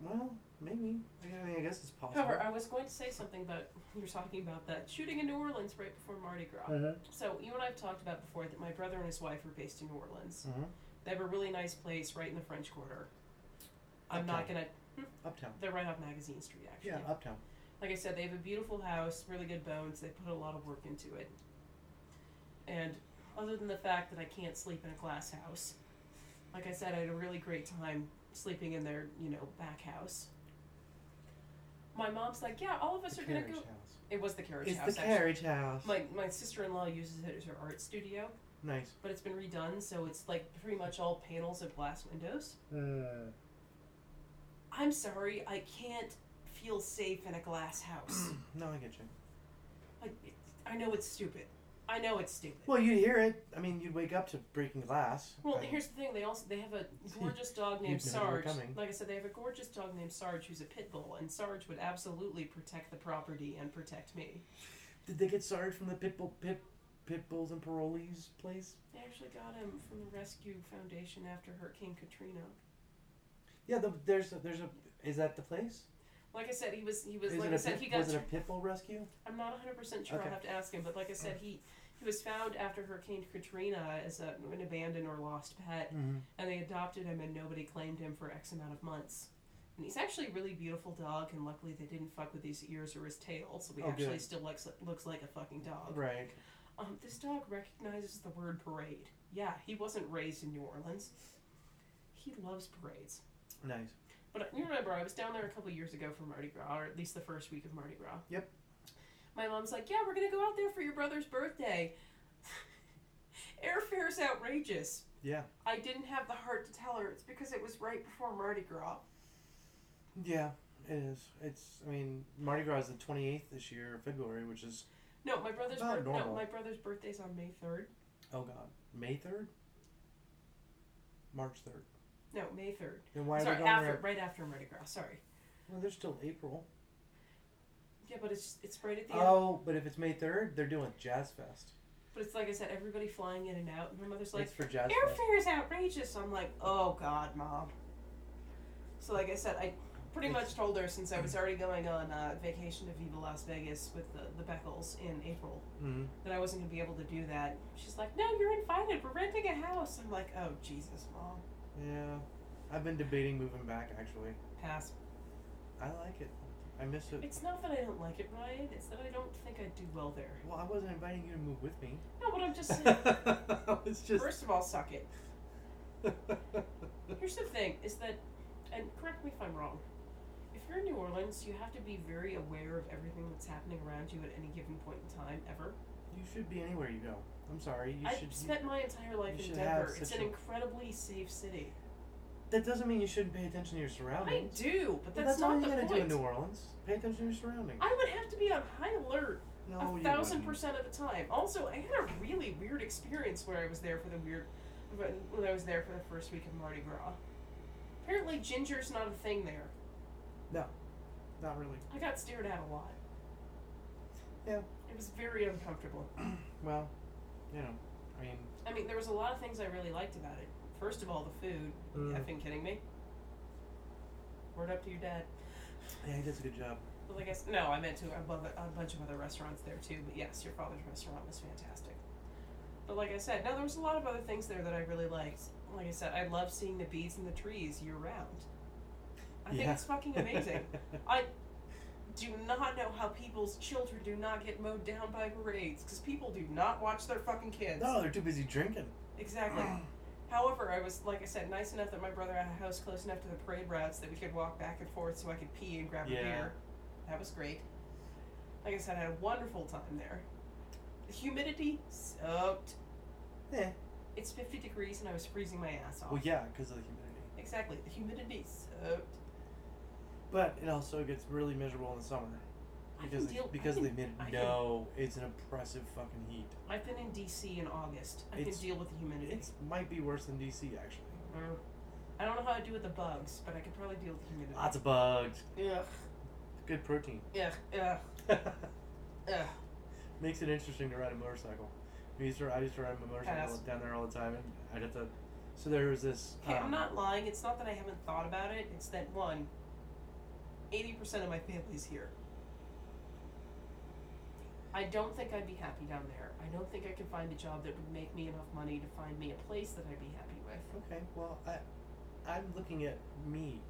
A: Well, maybe. I mean, I guess it's possible.
B: However, I was going to say something about you're talking about that shooting in New Orleans right before Mardi Gras.
A: Uh-huh.
B: So you and I've talked about before that my brother and his wife are based in New Orleans.
A: Uh-huh.
B: They have a really nice place right in the French Quarter. I'm not gonna.
A: Uptown.
B: They're right off Magazine Street, actually.
A: Yeah, Uptown.
B: Like I said, they have a beautiful house, really good bones. They put a lot of work into it. And other than the fact that I can't sleep in a glass house, like I said, I had a really great time sleeping in their, you know, back house. My mom's like, yeah, all of us
A: The
B: are gonna
A: carriage
B: go.
A: house.
B: It was the carriage
A: It's
B: house.
A: the
B: actually.
A: carriage house.
B: My my sister in law uses it as her art studio,
A: nice.
B: but it's been redone, so it's like pretty much all panels of glass windows.
A: Uh,
B: I'm sorry, I can't feel safe in a glass house.
A: no, I get you. Mm.
B: like, I know it's stupid. I know it's stupid.
A: Well, you'd hear it. I mean, you'd wake up to breaking glass.
B: Well,
A: I-
B: here's the thing. They also they have a gorgeous dog named
A: You've never
B: Sarge.
A: been coming.
B: Like I said, they have a gorgeous dog named Sarge who's a pit bull, and Sarge would absolutely protect the property and protect me.
A: Did they get started from the pit bull, pit, pit bulls and parolees place?
B: They actually got him from the Rescue Foundation after Hurricane Katrina.
A: Yeah, the, there's a, there's a. Is that the place?
B: Like I said, he was he was
A: is
B: like
A: it
B: I
A: a
B: said
A: pit,
B: he got.
A: was it a pit bull rescue?
B: I'm not 100 percent sure.
A: Okay.
B: I'll have to ask him. But like I said, he he was found after Hurricane Katrina as a, an abandoned or lost pet,
A: Mm-hmm.
B: and they adopted him, and nobody claimed him for X amount of months. And he's actually a really beautiful dog, and luckily they didn't fuck with his ears or his tail, so he
A: Oh,
B: actually
A: good.
B: still looks looks like a fucking dog.
A: Right.
B: Um, this dog recognizes the word parade. Yeah, he wasn't raised in New Orleans. He loves parades.
A: Nice.
B: But you remember, I was down there a couple years ago for Mardi Gras, or at least the first week of Mardi Gras.
A: Yep.
B: My mom's like, "Yeah, we're gonna go out there for your brother's birthday." Airfare's outrageous.
A: Yeah.
B: I didn't have the heart to tell her. It's because it was right before Mardi Gras.
A: Yeah. It is. It's. I mean, Mardi Gras is the twenty eighth this year, of February, which is
B: No, my brother's
A: About
B: birth- no,
A: normal.
B: my brother's birthday's on May third.
A: oh god, May third, March third.
B: No, May third.
A: Then why are we
B: Sorry,
A: going
B: after
A: there?
B: right after Mardi Gras. Sorry.
A: Well, there's still April.
B: Yeah, but it's it's right at the end.
A: Oh, but if it's May third, they're doing Jazz Fest.
B: But it's like I said, everybody flying in and out. And my mother's like,
A: it's for Jazz Fest.
B: airfare is outrageous. I'm like, oh god, mom. So like I said, I pretty much told her since I was already going on uh, vacation to Viva Las Vegas with the the Beckles in April
A: Mm-hmm.
B: that I wasn't gonna be able to do that. She's like, no, you're invited. We're renting a house. I'm like, oh Jesus, mom,
A: Yeah, I've been debating moving back. Actually,
B: pass.
A: I like it. I miss it.
B: It's not that I don't like it, Ryan. It's that I don't think I do well there.
A: Well, I wasn't inviting you to move with me.
B: No, but I'm just saying.
A: I was just.
B: First of all, suck it. Here's the thing: is that, and correct me if I'm wrong. If you're in New Orleans, you have to be very aware of everything that's happening around you at any given point in time, ever.
A: you should be anywhere you go. I'm sorry. You
B: I've
A: should.
B: spent my entire life
A: you
B: in
A: should have
B: Denver. It's
A: such
B: an
A: a-
B: incredibly safe city.
A: that doesn't mean you shouldn't pay attention to your
B: I
A: surroundings.
B: do, but
A: Well,
B: that's,
A: all
B: not
A: you
B: the
A: gotta
B: point.
A: do in New Orleans. Pay attention to your surroundings.
B: I would have to be on high alert
A: no,
B: a
A: you
B: thousand
A: wouldn't.
B: percent of the time. Also, I had a really weird experience where I was there for the weird, when I was there for the first week of Mardi Gras. Apparently, ginger's not a thing there.
A: Not really.
B: I got stared at a lot.
A: Yeah.
B: It was very uncomfortable.
A: Well, you know, I mean,
B: I mean, there was a lot of things I really liked about it. First of all, the food.
A: Mm.
B: You effing kidding me? Word up to your dad.
A: yeah, he does a good job.
B: Well, I guess no, I meant to a, bu- a bunch of other restaurants there too. But yes, your father's restaurant was fantastic. But like I said, no, there was a lot of other things there that I really liked. Like I said, I love seeing the bees and the trees year round. I think
A: Yeah.
B: it's fucking amazing. do not know how people's children do not get mowed down by parades because people do not watch their fucking kids.
A: no, they're too busy drinking.
B: Exactly. However, I was, like I said, nice enough that my brother had a house close enough to the parade routes that we could walk back and forth so I could pee and grab a
A: Yeah.
B: beer. That was great. Like I said, I had a wonderful time there. The humidity sucked.
A: Eh.
B: It's 50 degrees and I was freezing my ass off.
A: Well, yeah, because of the humidity.
B: Exactly. The humidity sucked.
A: But it also gets really miserable in the summer
B: I
A: because
B: can deal,
A: of, because
B: I
A: of the
B: can,
A: humidity.
B: I can-
A: No, it's an oppressive fucking heat.
B: I've been in DC in August. I can
A: It's-
B: deal with the humidity.
A: It might be worse than DC actually.
B: Mm. I don't know how I do with the bugs, but I could probably deal with the humidity.
A: Lots of bugs.
B: Ugh,
A: Good protein.
B: ugh, ugh, ugh.
A: Makes it interesting to ride a motorcycle. I used to I used to ride my motorcycle
B: Pass.
A: down there all the time, and I'd have to. So there was this.
B: Okay, I'm
A: um,
B: not lying. It's not that I haven't thought about it. It's that one, 80% of my family's here. I don't think I'd be happy down there. I don't think I could find a job that would make me enough money to find me a place that I'd be happy with.
A: Okay, well I, I'm looking at me.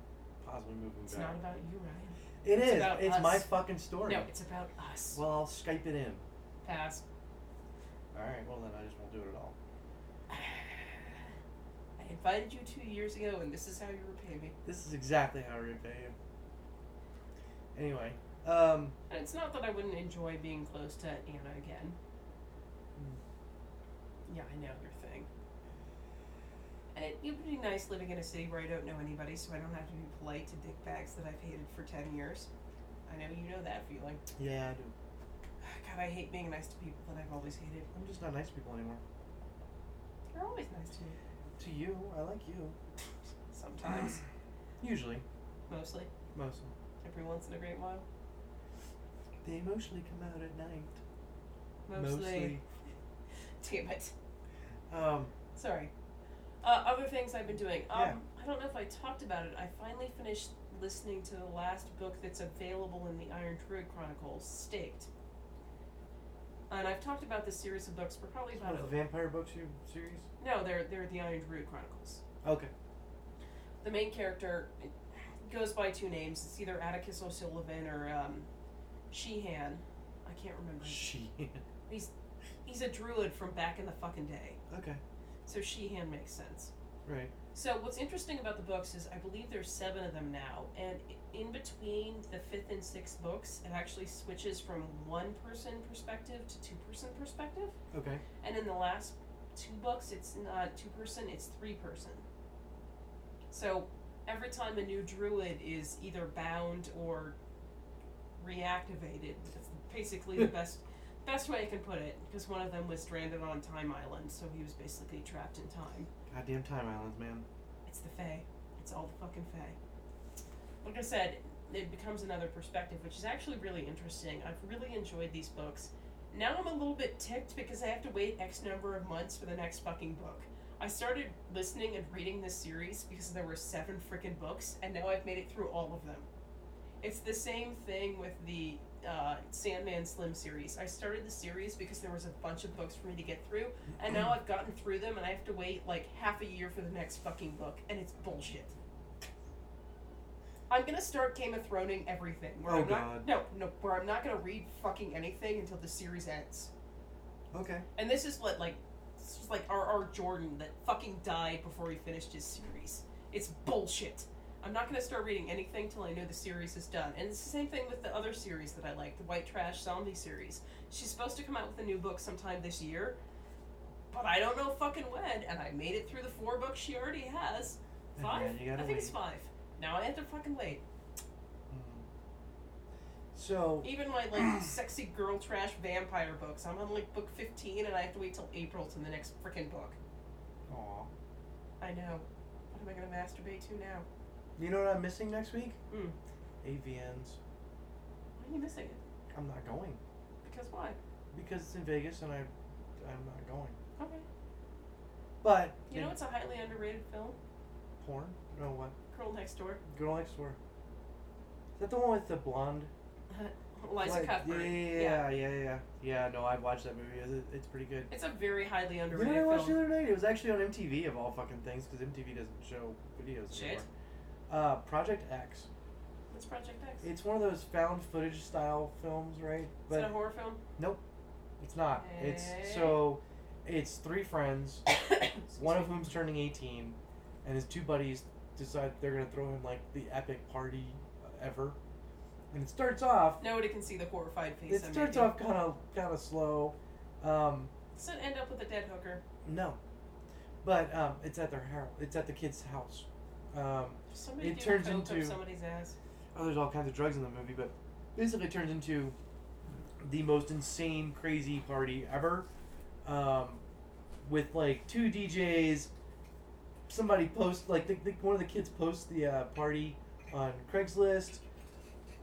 A: possibly moving
B: It's
A: back.
B: not about you, Ryan.
A: It
B: it's
A: is.
B: about
A: it's my
B: us.
A: fucking story.
B: No, it's about us.
A: Well, I'll Skype it in.
B: Pass.
A: All right. Well, then I just won't do it at all.
B: I invited you two years ago, and this is how you repay me.
A: This is exactly how I repay you. Anyway, um,
B: And it's not that I wouldn't enjoy being close to Anna again. Yeah, I know your thing. And it, it would be nice living in a city where I don't know anybody, so I don't have to be polite to dickbags that I've hated for ten years. I know you know that feeling.
A: yeah, I do.
B: God, I hate being nice to people that I've always hated.
A: I'm just not nice to people anymore.
B: You're always nice to me.
A: To you, I like you. Ah.
B: Sometimes,
A: Usually,
B: mostly,
A: mostly.
B: every once in a great while.
A: They mostly come out at night.
B: Mostly. Damn it.
A: Mostly. Um,
B: Sorry. Uh, other things I've been doing. Um,
A: Yeah.
B: I don't know if I talked about it. I finally finished listening to the last book that's available in the Iron Druid Chronicles, Staked. And I've talked about this series of books for probably
A: it's
B: about
A: one of the
B: a,
A: vampire books you series.
B: no, they're they're the Iron Druid Chronicles.
A: Okay.
B: The main character it goes by two names. It's either Atticus O'Sullivan or um, Sheehan. I can't remember.
A: She.
B: He's a druid from back in the fucking day,
A: okay.
B: so Sheehan makes sense.
A: Right.
B: So what's interesting about the books is I believe there's seven of them now, and i- in between the fifth and sixth books, it actually switches from one person perspective to two person perspective,
A: Okay.
B: and in the last two books, it's not two person, it's three person. So every time a new druid is either bound or reactivated, that's basically the best best way I can put it, because one of them was stranded on Time Island, so he was basically trapped in time.
A: Goddamn time islands, man.
B: It's the Fae. It's all the fucking Fae. Like I said, it becomes another perspective, which is actually really interesting. I've really enjoyed these books. Now I'm a little bit ticked because I have to wait X number of months for the next fucking book. I started listening and reading this series because there were seven freaking books, and now I've made it through all of them. It's the same thing with the uh, Sandman Slim series. I started the series because there was a bunch of books for me to get through, and now I've gotten through them, and I have to wait like half a year for the next fucking book, and it's bullshit. I'm gonna start Game of Throning everything. Where
A: Oh,
B: I'm
A: God.
B: Not, no, no, where I'm not gonna read fucking anything until the series ends.
A: Okay.
B: And this is what like, this is like R.R. Jordan that fucking died before he finished his series. It's bullshit. I'm not gonna start reading anything till I know the series is done. And it's the same thing with the other series that I like, the White Trash Zombie series. She's supposed to come out with a new book sometime this year, but I don't know fucking when. And I made it through the four books she already has. Five?
A: Yeah, you
B: I
A: gotta
B: think it's
A: wait.
B: five. Now I have to fucking wait.
A: Mm. So
B: Even my like sexy girl trash vampire books, I'm on like book 15, and I have to wait till April to the next freaking book.
A: Aw.
B: I know. What am I gonna masturbate to now?
A: You know what I'm missing next week?
B: Hmm.
A: AVNs.
B: Why are you missing it?
A: I'm not going
B: Because why?
A: because it's in Vegas and I, I'm not going.
B: Okay.
A: But
B: You know it's a highly underrated film?
A: porn? No, what?
B: Girl Next Door.
A: Girl next door. Is that the one with the blonde?
B: Liza
A: Like,
B: Cuthbert.
A: Yeah, yeah, yeah, yeah. Yeah, no, I've watched that movie. It's- It's pretty good.
B: It's a very highly
A: You know
B: underrated
A: what I watched the
B: film.
A: other night? It was actually on MTV of all fucking things because MTV doesn't show videos
B: Shit.
A: anymore. Uh, Project X.
B: What's Project X?
A: It's one of those found footage style films, right?
B: Is it a horror film?
A: It's not. It's
B: Eh.
A: so it's three friends, one of whom's turning 18, and his two buddies decide they're going to throw him like the epic party ever. And it starts off
B: Nobody can see the horrified face
A: it
B: I'm
A: starts
B: making.
A: off kind of kind of slow. Um
B: Does it end up with a dead hooker?
A: no. But um it's at their house. It's at the kid's house. Um
B: Does somebody
A: It
B: do
A: turns
B: coke
A: into-
B: up somebody's ass?
A: oh, there's all kinds of drugs in the movie, but basically it turns into the most insane, crazy party ever. Um, with like two DJs, somebody posts like the, the, one of the kids posts the uh, party on Craigslist.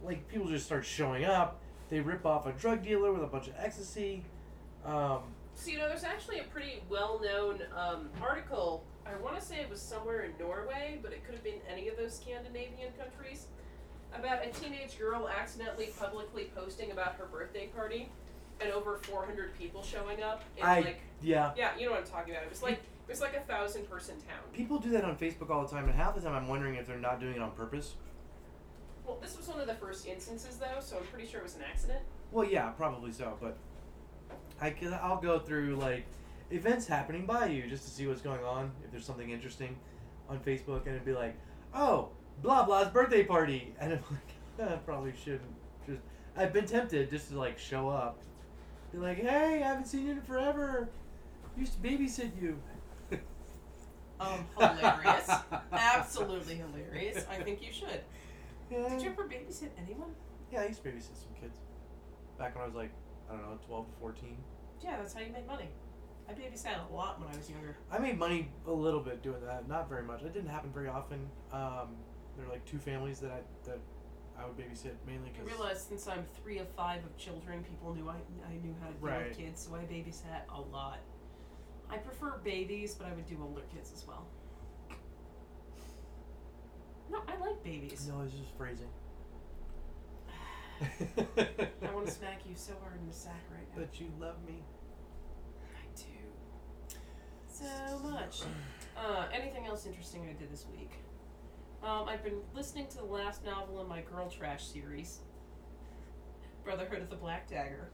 A: Like people just start showing up. They rip off a drug dealer with a bunch of ecstasy. Um,
B: So you know, there's actually a pretty well-known um, article. I want to say it was somewhere in Norway, but it could have been any of those Scandinavian countries, about a teenage girl accidentally publicly posting about her birthday party, and over 400 people showing up. In,
A: I-
B: like,
A: yeah,
B: yeah, you know what I'm talking about. It was like it was like a thousand-person town.
A: people do that on Facebook all the time, and half the time I'm wondering if they're not doing it on purpose.
B: Well, this was one of the first instances, though, so I'm pretty sure it was an accident.
A: Well, yeah, probably so, but I can, I'll go through like events happening by you just to see what's going on. If there's something interesting on Facebook, and it'd be like, oh, blah blah's birthday party, and I'm like, I probably shouldn't. Just I've been tempted just to like show up, be like, hey, I haven't seen you in forever. Used to babysit you.
B: Um, hilarious. Absolutely hilarious. I think you should.
A: Yeah.
B: Did you ever babysit anyone?
A: Yeah, I used to babysit some kids back when I was like, I don't know, twelve to fourteen.
B: Yeah, that's how you make money. I babysat a lot when I was younger.
A: I made money a little bit doing that, not very much. It didn't happen very often. Um, there were like two families that I that I would babysit mainly
B: You
A: because
B: realize since I'm three of five of children, people knew I, I knew how to deal
A: Right.
B: with kids, so I babysat a lot. I prefer babies, but I would do older kids as well. No, I like babies.
A: no, it's just phrasing.
B: I want to smack you so hard in the sack right now.
A: but you love me.
B: I do. So much. Uh, anything else interesting I did this week? Um, I've been listening to the last novel in my Girl Trash series, Brotherhood of the Black Dagger,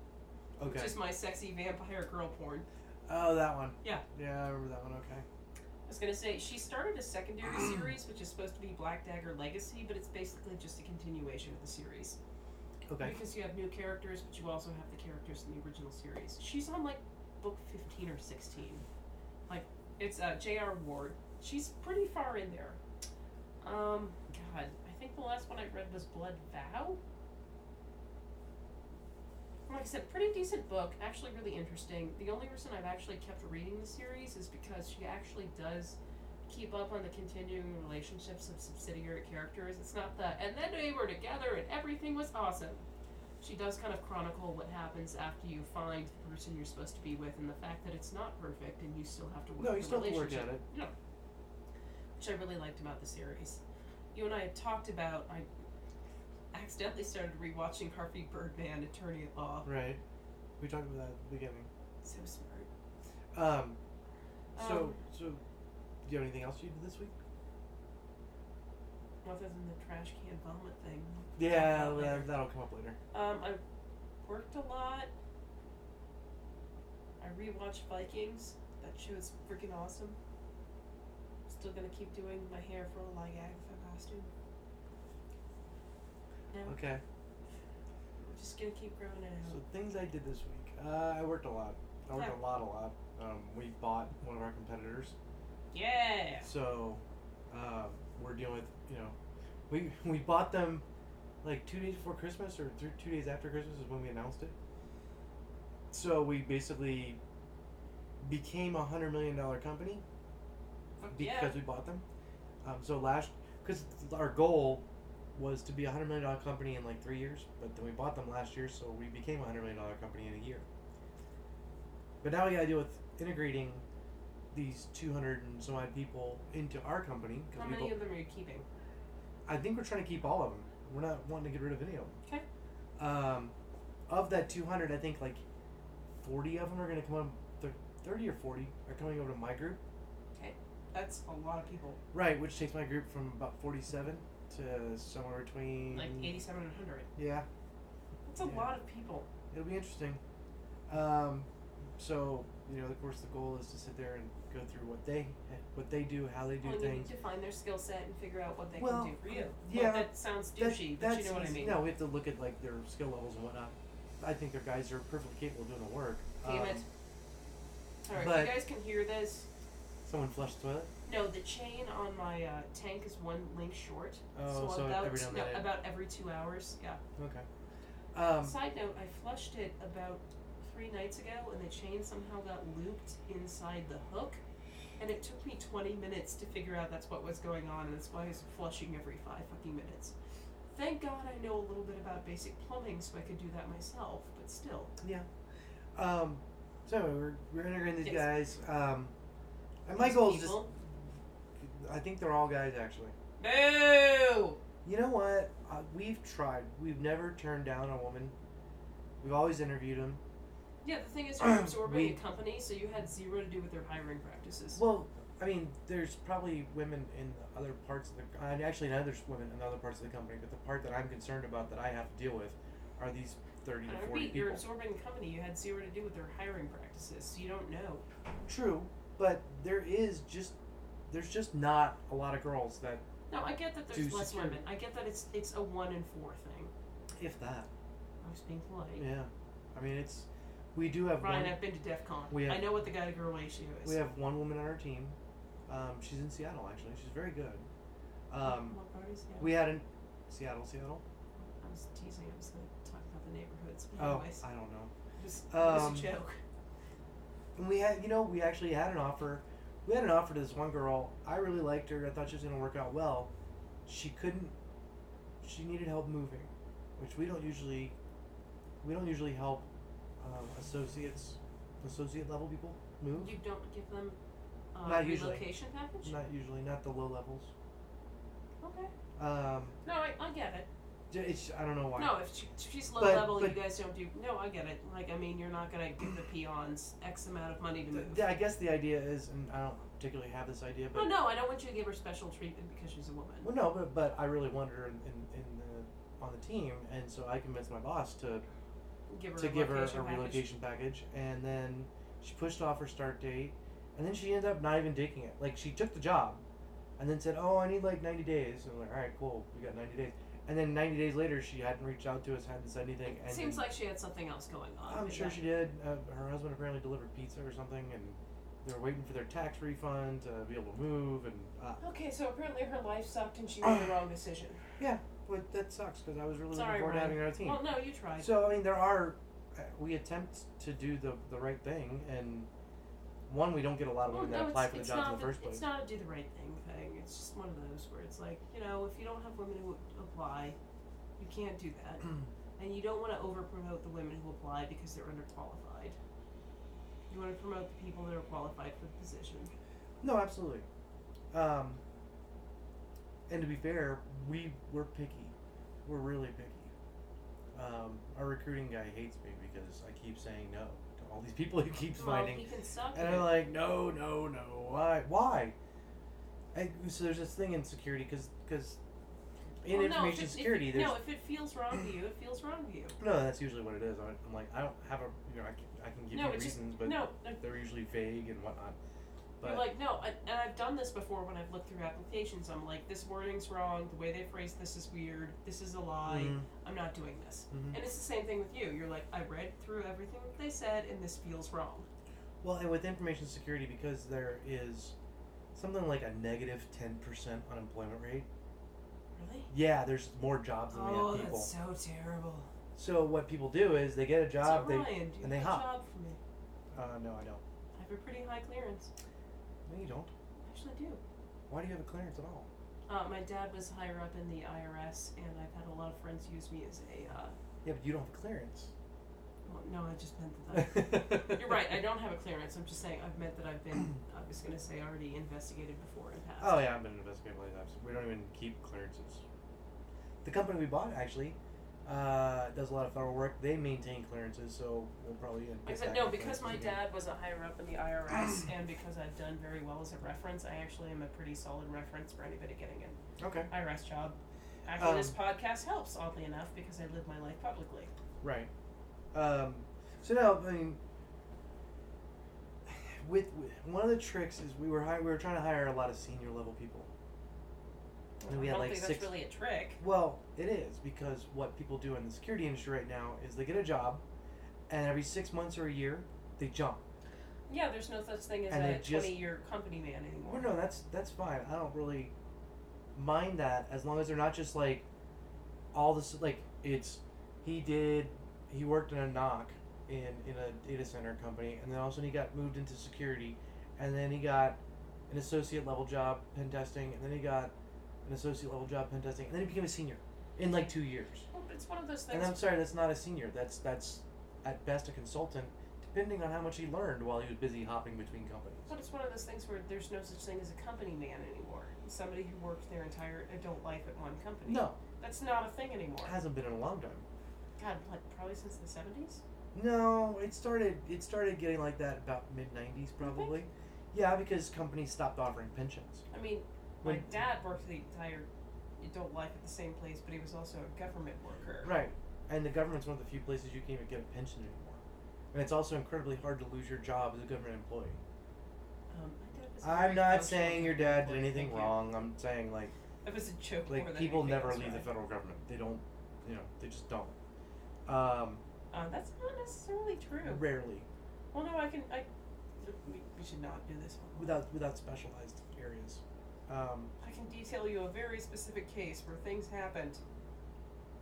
A: Okay.
B: which is my sexy vampire girl porn.
A: oh, that one.
B: Yeah.
A: Yeah, I remember that one. Okay.
B: I was gonna say she started a secondary series, which is supposed to be Black Dagger Legacy, but it's basically just a continuation of the series
A: Okay.
B: because you have new characters, but you also have the characters in the original series. She's on like book fifteen or sixteen. Like it's uh, J.R. Ward. She's pretty far in there. Um, God, I think the last one I read was Blood Vow. Like I said, pretty decent book. Actually, really interesting. The only reason I've actually kept reading the series is because she actually does keep up on the continuing relationships of subsidiary characters. It's not the and then they were together and everything was awesome. She does kind of chronicle what happens after you find the person you're supposed to be with and the fact that it's not perfect and you still have to work
A: No,
B: on
A: you
B: the
A: still have to work
B: relationship
A: at it.
B: which I really liked about the series. You and I had talked about I accidentally started rewatching Harvey Birdman, Attorney at Law.
A: Right. We talked about that at the beginning.
B: So smart.
A: Um. So
B: Um,
A: so, do you have anything else you did this week?
B: Other than the trash can vomit thing.
A: Yeah,
B: Later.
A: that- that'll come up later.
B: Um, I worked a lot. I rewatched Vikings. That show is freaking awesome. Still gonna keep doing my hair for a like Agatha costume. No,
A: Okay.
B: I'm just gonna keep growing it out.
A: So things I did this week. Uh, I worked a lot. I worked a lot, a lot. Um, we bought one of our competitors,
B: Yeah.
A: so uh, we're dealing with you know, we we bought them like two days before Christmas or three, two days after Christmas is when we announced it. So we basically became a hundred million dollar company
B: Fuck
A: because
B: yeah.
A: we bought them. Um, so last, because our goal was to be a hundred million dollar company in like three years, but then we bought them last year, so we became a hundred million dollar company in a year. But now we got to deal with integrating these two hundred and some odd people into our company. 'cause
B: How
A: we
B: many
A: bo-
B: of them are you keeping?
A: I think we're trying to keep all of them. We're not wanting to get rid of any of them. 'Kay. Um, of that two hundred, I think like forty of them are going to come on. thir- Thirty or forty are coming over to my group.
B: That's a lot of people.
A: Right, which takes my group from about 47 to somewhere between.
B: Like 87 and 100.
A: Yeah,
B: That's a
A: Yeah.
B: lot of people.
A: it'll be interesting. Um, so you know, of course, the goal is to sit there and go through what they what they do, how they do
B: well, you need
A: things.
B: to find their skill set and figure out what they
A: Well,
B: can do for you. Well,
A: yeah,
B: that sounds
A: That-
B: douchey, but you know what I
A: easy.
B: mean.
A: No, we have to look at like their skill levels and whatnot. I think their guys are perfectly capable of doing the work.
B: Damn
A: um,
B: it. Alright,
A: but-
B: you guys can hear this.
A: Someone flushed the toilet.
B: No, the chain on my uh, tank is one link short.
A: Oh, so,
B: about,
A: every now and
B: no,
A: then.
B: about every two hours. Yeah.
A: okay. Um,
B: Side note, I flushed it about three nights ago, and the chain somehow got looped inside the hook, and it took me 20 minutes to figure out that's what was going on, and that's why I was flushing every five fucking minutes. Thank God I know a little bit about basic plumbing, so I could do that myself, but still.
A: um, so anyway, we're we're integrating these guys. Um, and my
B: these
A: goal is just.
B: people-
A: I think they're all guys actually.
B: Boo!
A: You know what? Uh, we've tried. We've never turned down a woman. We've always interviewed them.
B: Yeah, the thing is, you're absorbing
A: We-
B: a company, so you had zero to do with their hiring practices.
A: Well, I mean, there's probably women in other parts of the. I mean, actually, no, there's women in other parts of the company, but the part that I'm concerned about that I have to deal with are these thirty
B: And
A: to
B: I
A: forty
B: repeat, you're
A: people.
B: absorbing a company. You had zero to do with their hiring practices, so you don't know.
A: True, but there is just there's just not a lot of girls that,
B: No, I get that there's
A: Do
B: less
A: security.
B: women. I get that it's it's a one in four thing.
A: if that.
B: I was being polite.
A: Yeah, I mean, it's we do have
B: Brian,
A: one.
B: I've been to DEF CON.
A: We have-
B: I know what the guy to girl ratio is.
A: We have one woman on our team. Um, she's in Seattle actually. She's very good. Um,
B: what part is that?
A: we had an Seattle, Seattle.
B: I was teasing. I was going to talk about the neighborhoods. But
A: Oh,
B: anyways,
A: I don't know.
B: it was, it
A: um,
B: was a joke.
A: And we had, you know, we actually had an offer. We had an offer to this one girl. I really liked her. I thought she was going to work out well. She couldn't. She needed help moving, which we don't usually. We don't usually help um, associates, associate level people move.
B: You don't give them uh,
A: Not usually.
B: relocation package.
A: Not usually, not the low levels.
B: Okay.
A: Um,
B: No, I, I get it.
A: j- it's I don't know why.
B: No, if, she, if she's low
A: But-
B: level,
A: but-
B: you guys don't do. No, I get it. Like, I mean, you're not gonna give the peons X amount of money to
A: Th-
B: move.
A: th- I guess the idea is, and I don't particularly have this idea,
B: Oh
A: but
B: no, I don't want you to give her special treatment because she's a woman.
A: well, no, but, but I really wanted her in, in, in the on the team, and so I convinced my boss to
B: Give her
A: to
B: a
A: give her
B: location
A: a
B: package.
A: relocation package, and then she pushed off her start date, and then she ended up not even taking it. Like she took the job, and then said, "Oh, I need like ninety days." And I'm like, "All right, cool, we got ninety days." And then ninety days later, she hadn't reached out to us, hadn't said anything.
B: It
A: And
B: seems like she had something else going on.
A: I'm
B: in
A: sure
B: that.
A: she did. Uh, her husband apparently delivered pizza or something, and they were waiting for their tax refund to be able to move. And uh,
B: Okay, so apparently her life sucked and she made the wrong decision.
A: but that sucks because I was really looking
B: Sorry,
A: forward to
B: Ryan.
A: having our team.
B: Well, no, you tried.
A: So I mean, there are uh, we attempt to do the the right thing, and one we don't get a lot of
B: Well,
A: women that
B: no,
A: apply
B: it's,
A: for the
B: it's
A: jobs
B: not
A: in the first place.
B: It's not a do the right thing thing. It's just one of those where it's like, you know, if you don't have women who apply, you can't do that.
A: Mm-hmm.
B: and you don't want to over promote the women who apply because they're underqualified. You want to promote the people that are qualified for the position.
A: No, absolutely. Um, and to be fair, we we're picky. We're really picky. Um, our recruiting guy hates me because I keep saying no to all these people he keeps
B: well,
A: finding.
B: he can suck
A: And
B: at
A: I'm like, no, no, no. Why? Why? And so there's this thing in security because in
B: Well, no, if
A: information
B: it- if it-
A: security, there's
B: no, if it feels wrong to you, it feels wrong to you.
A: no. That's usually what it is. I- I'm like, I don't have a. You know, I can, I can give
B: No,
A: you
B: it's just-
A: reasons, but
B: no, no,
A: they're usually vague and whatnot. But
B: you're like no, and, and I've done this before when I've looked through applications. I'm like, this wording's wrong. The way they phrase this is weird. This is a lie.
A: Mhm,
B: I'm not doing this.
A: mhm.
B: And it's the same thing with you. You're like, I read through everything that they said, and this feels wrong.
A: well, and with information security, because there is something like a negative ten percent unemployment rate.
B: Really?
A: Yeah, there's more jobs than we
B: Oh,
A: have people.
B: that's so terrible.
A: So what people do is they get a job.
B: so
A: they
B: Ryan, do you
A: and they
B: have
A: hop.
B: a job for me?
A: uh, no, I don't.
B: I have a pretty high clearance.
A: No, you don't.
B: I actually do.
A: Why do you have a clearance at all?
B: Uh, my dad was higher up in the IRS, and I've had a lot of friends use me as a. Uh,
A: Yeah, but you don't have a clearance.
B: well, no, I just meant that. I, Oh. you're right. I don't have a clearance. I'm just saying I've meant that I've been. I was going to say already investigated before and passed.
A: Oh yeah, I've been investigated many times. We don't even keep clearances. The company we bought actually uh, does a lot of federal work. They maintain clearances, so we'll probably. uh, end
B: Like I said, no, because my dad was a higher up in the IRS, and because I've done very well as a reference, I actually am a pretty solid reference for anybody getting an
A: Okay.
B: IRS job. Actually,
A: Um,
B: this podcast helps, oddly enough, because I live my life publicly.
A: Right. Um, so no, I mean, with, with one of the tricks is we were hi- we were trying to hire a lot of senior level people. And we
B: I
A: had
B: don't
A: like
B: think
A: six.
B: that's really a trick.
A: Well, it is because what people do in the security industry right now is they get a job, and every six months or a year they jump.
B: Yeah, there's no such thing as
A: And
B: a
A: they just-
B: twenty-year company man
A: Well,
B: anymore.
A: no, that's that's fine. I don't really mind that as long as they're not just like all this. Like it's he did he worked in a knock in in a data center company, and then all of a sudden he got moved into security, and then he got an associate level job pen testing, and then he got an associate level job pen testing, and then he became a senior in like two years.
B: Well, It's one of those
A: And
B: things.
A: I'm sorry, that's not a senior. That's that's at best a consultant, depending on how much he learned while he was busy hopping between companies.
B: But it's one of those things where there's no such thing as a company man anymore. Somebody who worked their entire adult life at one company.
A: No,
B: that's not a thing anymore.
A: it hasn't been in a long time.
B: God, like probably since the seventies.
A: No, it started. It started getting like that about mid '90s, probably. Yeah, because companies stopped offering pensions.
B: I mean, my
A: When-
B: dad worked the entire adult life at the same place, but he was also a government worker.
A: Right. And the government's one of the few places you can't even get a pension anymore. And it's also incredibly hard to lose your job as a government employee.
B: Um, my dad was a
A: I'm
B: very
A: not
B: functional
A: saying your dad
B: government
A: did
B: employee.
A: anything
B: Thank you.
A: wrong. I'm saying like
B: That was a joke. more
A: like
B: than
A: people
B: anything
A: never
B: else,
A: leave the
B: right?
A: federal government. They don't, you know, they just don't. Um,
B: Uh, that's not necessarily true.
A: rarely
B: Well, no, I can. I. We, we should not do this one.
A: without without specialized areas. Um,
B: I can detail you a very specific case where things happened.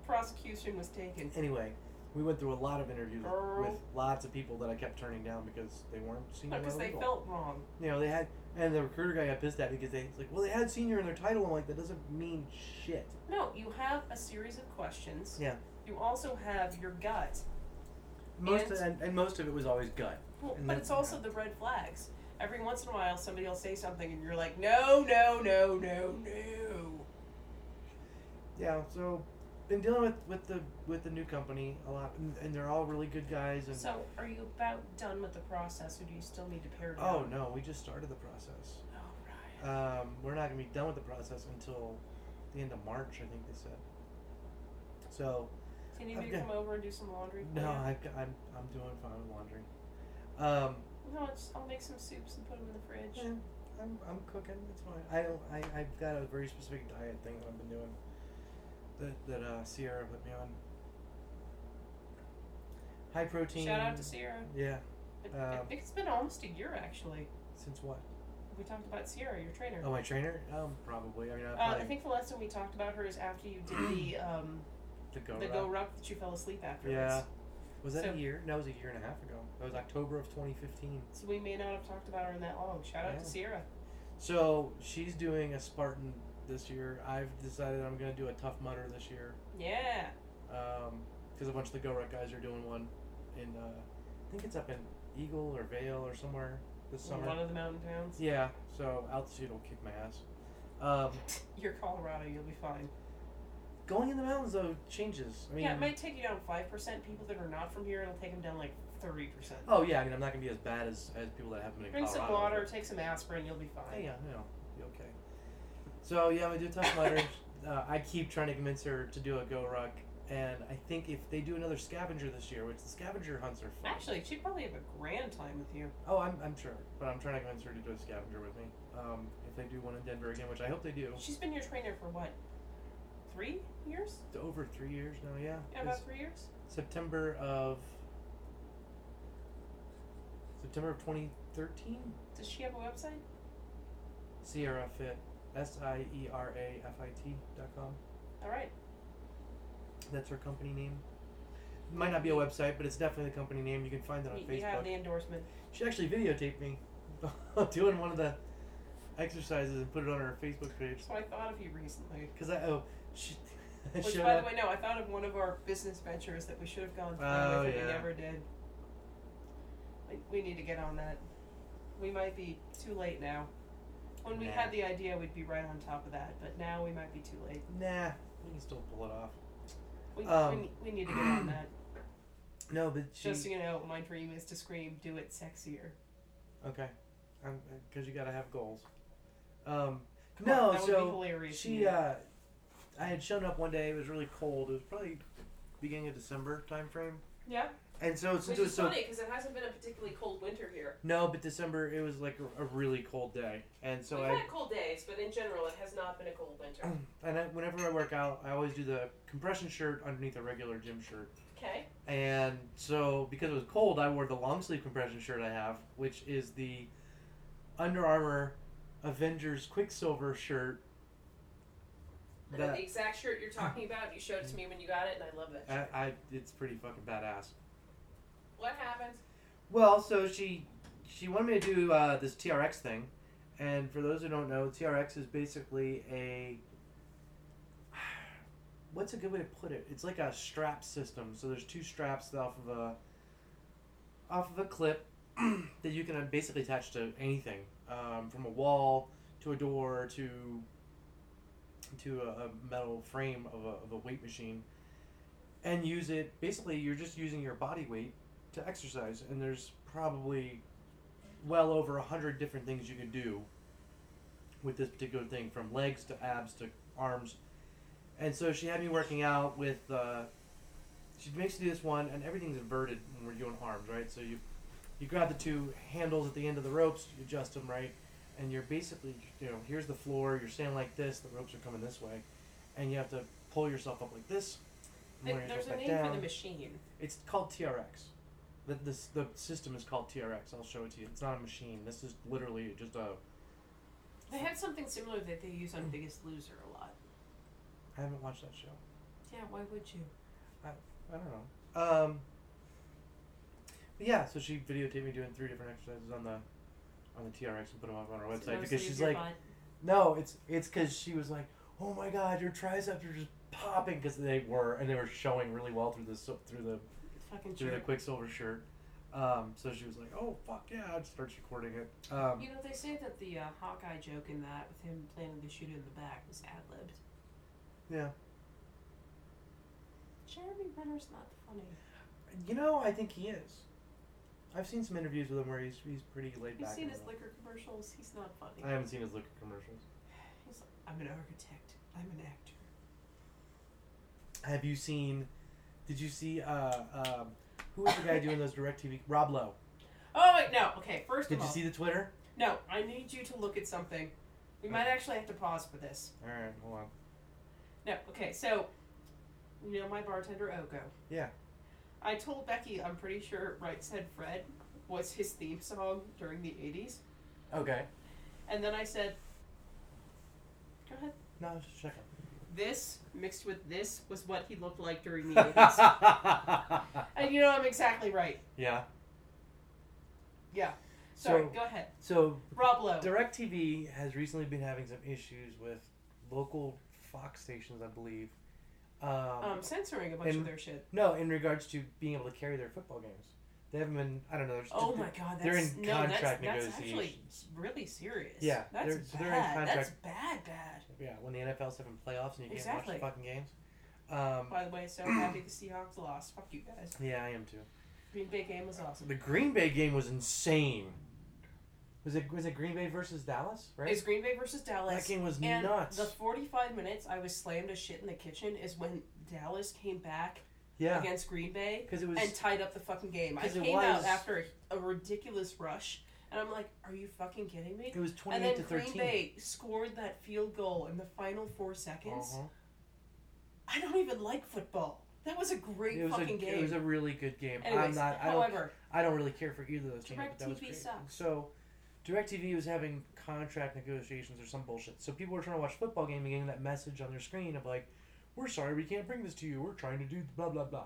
B: Prosecution was taken.
A: anyway, we went through a lot of interviews
B: Girl.
A: with lots of people that I kept turning down because they weren't senior.
B: Because they
A: eligible.
B: felt wrong.
A: You know, they had, and the recruiter guy got pissed at me because they was like, well, they had senior in their title. I'm like, that doesn't mean shit.
B: No, you have a series of questions.
A: Yeah.
B: You also have your gut.
A: Most
B: And-
A: of, and, and most of it was always gut.
B: Well,
A: And
B: but
A: then-
B: it's also the red flags. Every once in a while, somebody will say something, and you're like, no, no, no, no, no.
A: Yeah. So, been dealing with with the with the new company a lot, and, and they're all really good guys. And
B: So, are you about done with the process, or do you still need to pare down?
A: oh no, we just started the process.
B: All right.
A: Um, we're not gonna be done with the process until the end of March, I think they said. So
B: Can you
A: I've
B: maybe
A: got-
B: come over and do some laundry? for
A: no,
B: you?
A: I, I'm I'm doing fine with laundry. Um,
B: No, I'll just, I'll make some soups and put them in the fridge.
A: yeah, I'm I'm cooking. It's fine. I don't. I I've got a very specific diet thing that I've been doing. That that uh, Sierra put me on. High protein.
B: Shout out to Sierra.
A: Yeah.
B: I- I
A: Um,
B: think it's been almost a year actually.
A: Since what?
B: We talked about Sierra, your trainer.
A: Oh, my trainer? Um, probably. I mean, I
B: uh,
A: probably
B: I think the last time we talked about her is after you did the um,
A: the go.
B: the
A: route.
B: go rep that you fell asleep afterwards.
A: Yeah. Was that
B: So-
A: a year? No, it was a year and a half ago. That was October of 2015.
B: So we may not have talked about her in that long. Shout out
A: Yeah.
B: to Sierra.
A: So she's doing a Spartan this year. I've decided I'm gonna do a Tough Mudder this year
B: Yeah.
A: because Um, a bunch of the Go Rec guys are doing one, and uh, I think it's up in Eagle or Vale or somewhere this summer.
B: One of the mountain towns.
A: Yeah. So altitude will kick my ass. Um,
B: You're Colorado, you'll be fine.
A: going in the mountains though changes. I mean,
B: yeah, it might take you down five percent. People that are not from here, it'll take them down like thirty percent.
A: oh yeah. I mean, I'm not gonna be as bad as, as people that haven't been in
B: Drink some
A: Colorado,
B: water, take some aspirin, you'll be
A: Oh,
B: fine.
A: yeah, you know, be okay. So yeah, we do tough mutters. uh, I keep trying to convince her to do a go ruck, and I think if they do another scavenger this year, which the scavenger hunts are fun.
B: Actually, she'd probably have a grand time with you.
A: Oh, I'm, I'm sure, but I'm trying to convince her to do a scavenger with me. Um, if they do one in Denver again, which I hope they do.
B: She's been your trainer for what? Three years?
A: It's Over three years now, yeah.
B: Yeah,
A: 'cause
B: about three years.
A: September of September of 2013.
B: Does she have a website?
A: Sierra Fit, S I E R A F I T dot com.
B: All right.
A: That's her company name. It might not be a website, but it's definitely the company name. You can find it on
B: You- you have
A: Facebook.
B: the endorsement.
A: she actually videotaped me doing one of the exercises and put it on her Facebook page.
B: That's what I thought of you recently.
A: Cause I oh she I
B: Which,
A: showed
B: by the
A: up.
B: way, no, I thought of one of our business ventures that we should have gone through
A: Oh,
B: with and we
A: yeah.
B: never did. We, we need to get on that. We might be too late now. When we
A: Nah.
B: had the idea, we'd be right on top of that, but now we might be too late.
A: Nah, we can still pull it off.
B: We, we,
A: Um,
B: ne- we need to get on that.
A: No, but she
B: Just so you know, my dream is to scream, do it sexier.
A: okay, I'm, uh, cause you gotta have goals. Um,
B: Come
A: no,
B: on, that
A: so
B: would be hilarious.
A: She, uh, I had shown up one day. It was really cold. It was probably beginning of December time frame.
B: yeah,
A: And so since
B: which
A: it
B: is
A: was so
B: funny because it hasn't been a particularly cold winter here.
A: No, but December it was like a, a really cold day, and so
B: We've
A: I Oh,
B: had cold days, but in general, it has not been a cold winter.
A: and I, whenever I work out, I always do the compression shirt underneath a regular gym shirt,
B: Okay.
A: and so because it was cold, I wore the long sleeve compression shirt I have, which is the Under Armour Avengers Quicksilver shirt.
B: And
A: That
B: the exact shirt you're talking about, you showed it to me when you got it, and I love that.
A: I,
B: Shirt.
A: I it's pretty fucking badass.
B: What happened?
A: Well, so she she wanted me to do uh, this TRX thing, and for those who don't know, TRX is basically a what's a good way to put it? It's like a strap system. So there's two straps off of a off of a clip that you can uh, basically attach to anything, um, from a wall to a door to to a, a metal frame of a, of a weight machine, and use it. Basically, you're just using your body weight to exercise, and there's probably well over a hundred different things you could do with this particular thing, from legs to abs to arms. And so she had me working out with. Uh, she makes you do this one, and everything's inverted when we're doing arms, right? So you you grab the two handles at the end of the ropes, you adjust them right, and you're basically you know here's the floor, you're standing like this, the ropes are coming this way, and you have to pull yourself up like this. and
B: Th-
A: lower
B: There's
A: yourself
B: a
A: back
B: name
A: down.
B: for the machine.
A: It's called TRX. The, this, the system is called TRX. I'll show it to you. It's not a machine. This is literally just a.
B: They had something similar that they use on Biggest Loser a lot.
A: I haven't watched that show.
B: Yeah, why would you?
A: I don't know. Um, but yeah, so she videotaped me doing three different exercises on the on the TRX and put them up on our
B: It's
A: website
B: mostly
A: because she's
B: your
A: like,
B: butt.
A: no, it's it's because she was like, oh my god, your triceps are just popping because they were and they were showing really well through the so- through the
B: fucking
A: through the
B: jerk.
A: Quicksilver shirt. Um, so she was like, oh fuck yeah, and starts recording it. Um,
B: You know, they say that the uh, Hawkeye joke in that, with him planning to shoot in the back, was ad libbed.
A: yeah.
B: Jeremy Renner's not funny.
A: You know, I think he is. I've seen some interviews with him where he's he's pretty laid
B: You've
A: back.
B: seen
A: and
B: his
A: all.
B: liquor commercials. He's not funny.
A: I haven't seen his liquor commercials.
B: He's like, I'm an architect. I'm an actor.
A: Have you seen? Did you see? Uh, um, who was the guy doing those direct TV? Rob Lowe.
B: Oh wait, no. Okay, first
A: Did
B: of
A: you
B: all,
A: see the Twitter?
B: no. I need you to look at something. We might actually have to pause for this.
A: All right, hold on.
B: No. Okay, so you know my bartender Oko.
A: Yeah.
B: I told Becky, I'm pretty sure Right Said Fred was his theme song during the '80s,
A: Okay.
B: and then I said, "Go ahead."
A: No, I was just checking.
B: This mixed with this was what he looked like during the '80s, and you know I'm exactly right.
A: yeah.
B: Yeah. Sorry.
A: So-
B: go ahead,
A: So
B: Rob Lowe.
A: DirecTV has recently been having some issues with local Fox stations, I believe. Um,
B: um, censoring a bunch
A: and-
B: of their shit.
A: no, in regards to being able to carry their football games, they haven't been. I don't know. there's-
B: Oh my god, that's
A: they're in
B: no, that's-
A: contract
B: that's, actually
A: negotiations.
B: really serious.
A: Yeah,
B: that's
A: they're- so
B: bad.
A: they're in
B: That's bad, bad.
A: Yeah, when the NFL's having playoffs and you
B: Exactly.
A: can't watch the fucking games. Um,
B: By the way, so happy the Seahawks lost. Fuck you guys.
A: yeah, I am too.
B: Green Bay game was awesome.
A: The Green Bay game was insane. Was it was it Green Bay versus Dallas? Right.
B: It's Green Bay versus Dallas.
A: that game was
B: and
A: nuts.
B: the 45 minutes I was slammed to shit in the kitchen is when Dallas came back
A: yeah,
B: against Green Bay
A: because it was
B: and tied up the fucking game. I
A: 'Cause it
B: came out
A: was-
B: after a, a ridiculous rush, and I'm like, "Are you fucking kidding me?"
A: it was
B: And
A: twenty
B: then
A: eight to
B: Green
A: thirteen.
B: Bay scored that field goal in the final four seconds.
A: Uh-huh.
B: I don't even like football. That was a great
A: It was a
B: fucking game.
A: it was a really good game. I'm
B: Anyways,
A: not. I don't.
B: however,
A: I don't really care for either of those teams. But that was
B: DirecTV
A: great.
B: sucks.
A: So, DirecTV was having contract negotiations or some bullshit. So people were trying to watch a football game and getting that message on their screen of like, "We're sorry, we can't bring this to you. We're trying to do blah blah blah."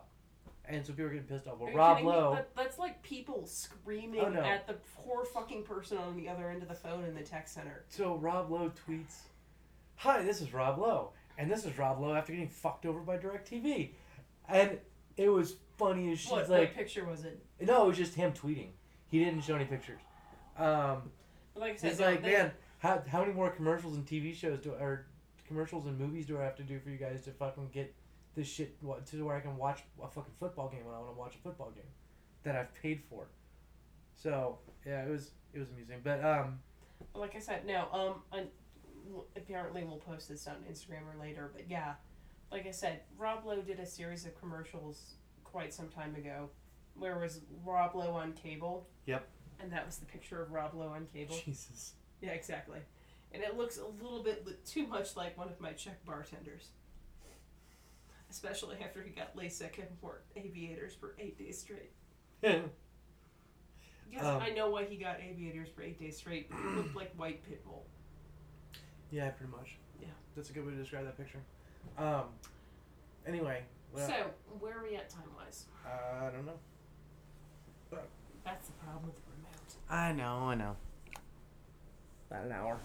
A: And so people were getting pissed off.
B: are
A: Well,
B: you
A: Rob
B: kidding me?
A: Lowe.
B: That- that's like people screaming
A: Oh, no.
B: at the poor fucking person on the other end of the phone in the tech center.
A: So Rob Lowe tweets, "Hi, this is Rob Lowe, and this is Rob Lowe after getting fucked over by Directv," and it was funny as shit.
B: What, what
A: like,
B: picture was it?
A: no, it was just him tweeting. He didn't show any pictures. Um,
B: Like I said,
A: he's
B: no,
A: like,
B: they-
A: man, how, how many more commercials and TV shows do or commercials and movies do I have to do for you guys to fucking get this shit wa- to where I can watch a fucking football game when I want to watch a football game that I've paid for? So yeah, it was it was amusing, but um,
B: Like I said, no. Um, I, apparently we'll post this on Instagram or later, but yeah, like I said, Rob Lowe did a series of commercials quite some time ago, where it was Rob Lowe on cable.
A: Yep.
B: And that was the picture of Rob Lowe on cable.
A: Jesus,
B: Yeah, exactly. And it looks a little bit li- too much like one of my Czech bartenders. Especially after he got LASIK and wore aviators for eight days straight. Yes,
A: Um,
B: I know why he got aviators for eight days straight. He looked like white pit bull.
A: Yeah, pretty much.
B: Yeah.
A: That's a good way to describe that picture. Um, anyway, well,
B: so, where are we at time wise?
A: I don't know.
B: That's the problem with the remote.
A: I know, I know. About an hour.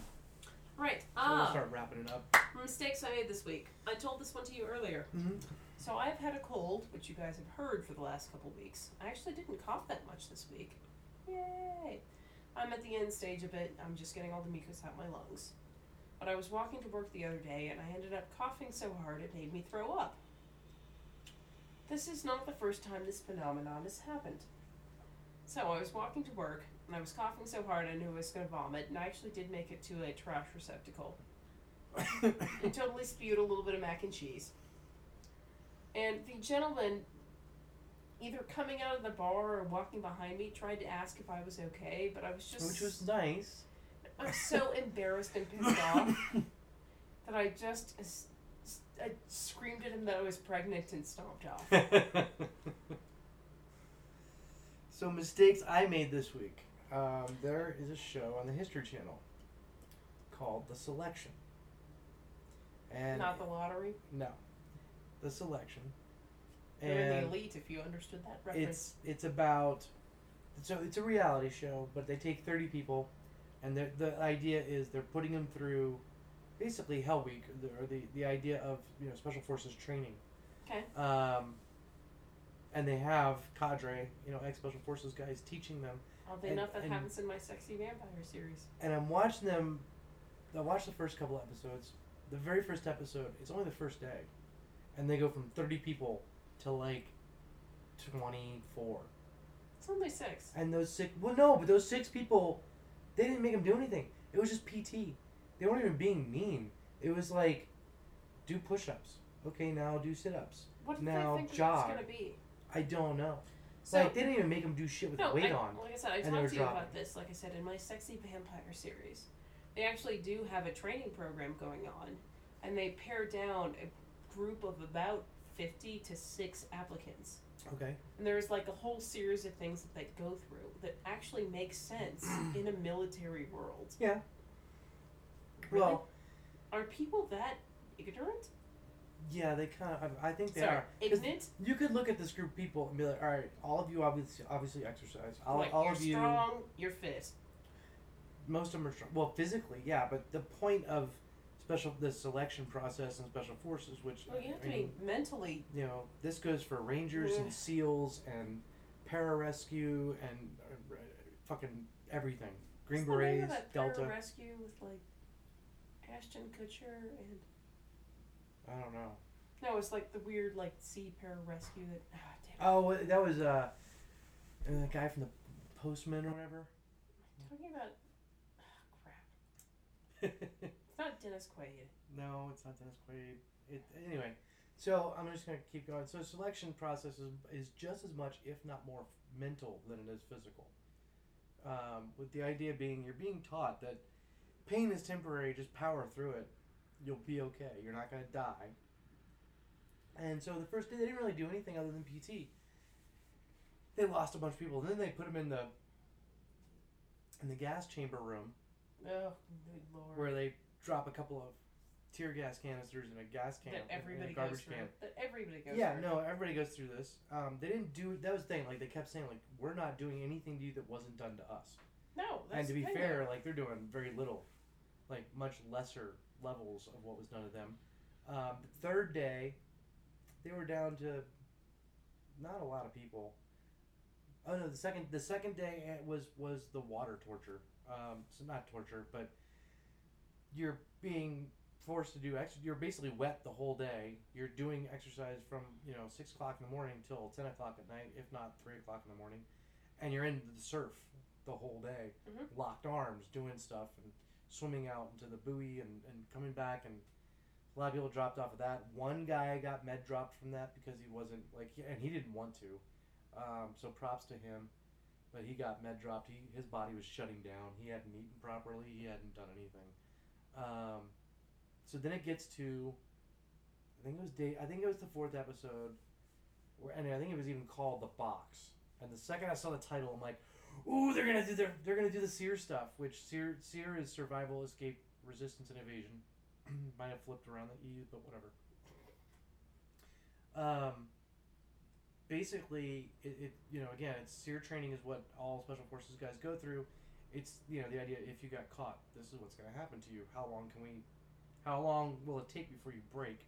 B: Right,
A: So we'll
B: ah,
A: start wrapping it up.
B: mistakes I made this week. I told this one to you earlier.
A: Mm-hmm.
B: So, I've had a cold, which you guys have heard for the last couple weeks. I actually didn't cough that much this week. Yay! I'm at the end stage of it. I'm just getting all the mucus out my lungs. But I was walking to work the other day and I ended up coughing so hard it made me throw up. This is not the first time this phenomenon has happened. So I was walking to work and I was coughing so hard I knew I was going to vomit, and I actually did make it to a trash receptacle.
A: Mm-hmm.
B: and totally spewed a little bit of mac and cheese. And the gentleman, either coming out of the bar or walking behind me, tried to ask if I was okay, but I was just.
A: Which was nice.
B: I'm so embarrassed and pissed off that I just s- s- I screamed at him that I was pregnant and stomped off.
A: so mistakes I made this week. Um, there is a show on the History Channel called The Selection. And
B: Not the lottery.
A: no, The Selection.
B: They're in
A: And
B: the elite, if you understood that reference.
A: it's it's about so it's a reality show, but they take thirty people, and the the idea is they're putting them through basically Hell Week the- or the the idea of you know special forces training.
B: 'Kay.
A: Um. And they have cadre, you know, ex special forces guys teaching them
B: Oddly
A: and-
B: enough, that
A: and-
B: happens in my sexy vampire series.
A: and I'm watching them. I watched the first couple episodes. The very first episode, it's only the first day, and they go from thirty people to like twenty four.
B: It's only six.
A: And those six, well, no, but those six people, they didn't make them do anything. It was just PT. They weren't even being mean. It was like, do push ups. Okay, now do sit ups.
B: What did
A: Now,
B: they think
A: jog.
B: it was going to be?
A: I don't know.
B: So,
A: like they didn't even make them do shit with
B: no,
A: weight
B: I,
A: on.
B: like I said, I
A: and they were
B: talked to you about
A: dropping.
B: this, like I said, in my sexy vampire series. They actually do have a training program going on, and they pare down a group of about 50 to 6 applicants.
A: Okay.
B: And there's like a whole series of things that they go through that actually make sense in a military world.
A: Yeah.
B: Really?
A: Well,
B: Are people that ignorant?
A: yeah, they kind of. I, I think they
B: Sorry,
A: are. 'Cause
B: ignorant?
A: You could look at this group of people and be like, all right, all of you obviously obviously exercise. All,
B: like,
A: all
B: you're
A: of you,
B: strong, you're fit.
A: most of them are strong. Well, physically, yeah, but the point of special the selection process and special forces, which
B: Well, you have to
A: I
B: be
A: mean,
B: mentally.
A: you know, this goes for rangers
B: Ugh.
A: and seals and pararescue and uh, uh, fucking everything. Green
B: What's the name of
A: berets,
B: that
A: Delta.
B: Rescue with like Ashton Kutcher and
A: I don't know.
B: no, it's like the weird like sea rescue that. Ah, damn.
A: Oh, wh- that was uh, uh, the guy from the Postman or whatever. Oh.
B: it. Talking about ah, crap. It's not Dennis Quaid.
A: No, it's not Dennis Quaid. It, anyway, so I'm just gonna keep going. So selection process is, is just as much, if not more, mental than it is physical. Um, with the idea being you're being taught that pain is temporary. Just power through it. You'll be okay. You're not gonna die. And so the first day they didn't really do anything other than PT. They lost a bunch of people. Then they put them in the in the gas chamber room
B: Oh, good lord.
A: where they drop a couple of tear gas canisters in a gas can
B: that
A: in- in
B: everybody
A: a
B: goes
A: garbage
B: through.
A: can.
B: That everybody goes
A: Yeah,
B: through.
A: no, everybody goes through this. Um, they didn't do that was the thing. Like they kept saying, like we're not doing anything to you that wasn't done to us.
B: No, that's
A: and to
B: the
A: be
B: thing,
A: fair, like they're doing very little, like much lesser levels of what was done to them. Um, the third day, they were down to not a lot of people. Oh no, the second the second day eh, was was the water torture. Um, so not torture, but you're being forced to do ex- You're basically wet the whole day. You're doing exercise from you know six o'clock in the morning till ten o'clock at night, if not three o'clock in the morning, and you're in the surf the whole day,
B: Mhm.
A: locked arms, doing stuff and swimming out into the buoy and, and coming back and. A lot of people dropped off of that. One guy got med dropped from that because he wasn't like, he- and he didn't want to. Um, so props to him, but he got med dropped. He his body was shutting down. He hadn't eaten properly. He hadn't done anything. Um, so then it gets to, I think it was day. I think it was the fourth episode, where and I think it was even called the box. And the second I saw the title, I'm like, ooh, they're gonna do their they're gonna do the Seer stuff, which Seer Seer is survival, escape, resistance, and evasion. Might have flipped around the E, but whatever. Um, basically it, it you know again it's seer training is what all special forces guys go through it's you know the idea if you got caught this is what's going to happen to you how long can we how long will it take before you break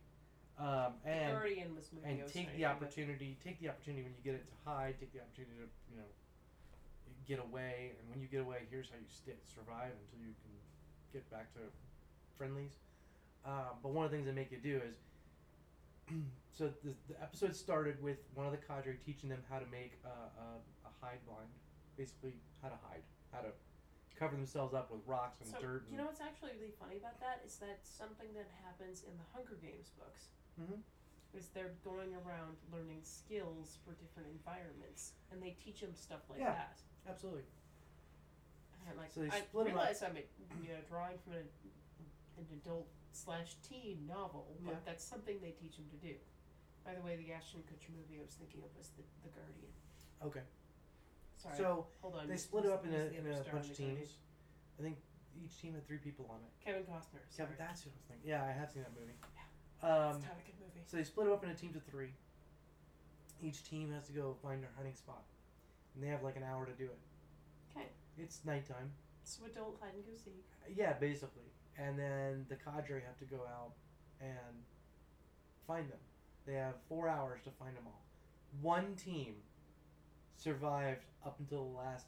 A: um,
B: The
A: and
B: Guardian was moving
A: and
B: those
A: take
B: night,
A: the
B: but
A: opportunity take the opportunity when you get it to hide take the opportunity to you know get away and when you get away here's how you sti survive until you can get back to friendlies um, but one of the things they make you do is so the, the episode started with one of the cadre teaching them how to make uh, a, a hide blind basically how to hide how to cover themselves up with rocks and
B: So,
A: dirt. And,
B: you know what's actually really funny about that is that something that happens in the Hunger Games books
A: Mhm.
B: is they're going around learning skills for different environments, and they teach them stuff like
A: Yeah.
B: that.
A: Absolutely.
B: And like,
A: So they
B: I
A: split 'em up.
B: realize I'm you know drawing from an, an adult slash teen novel,
A: Yeah.
B: but that's something they teach them to do. By the way, the Ashton Kutcher movie I was thinking of was the, the Guardian.
A: Okay.
B: Sorry,
A: So
B: hold on.
A: they
B: who's-
A: split it up in
B: who's
A: a,
B: the
A: in
B: other
A: a
B: star
A: bunch of
B: in the Guardian?
A: teams. I think each team had three people on it.
B: Kevin Costner.
A: Yeah,
B: Sorry.
A: but that's what I was thinking. Yeah, I have seen that movie. Um,
B: it's not a good movie.
A: so they split it up into teams of three. Each team has to go find their hunting spot, and they have like an hour to do it.
B: Okay,
A: It's nighttime.
B: so adult hide and go seek.
A: Yeah, basically. And then the cadre have to go out and find them. They have four hours to find them all. One team survived up until the last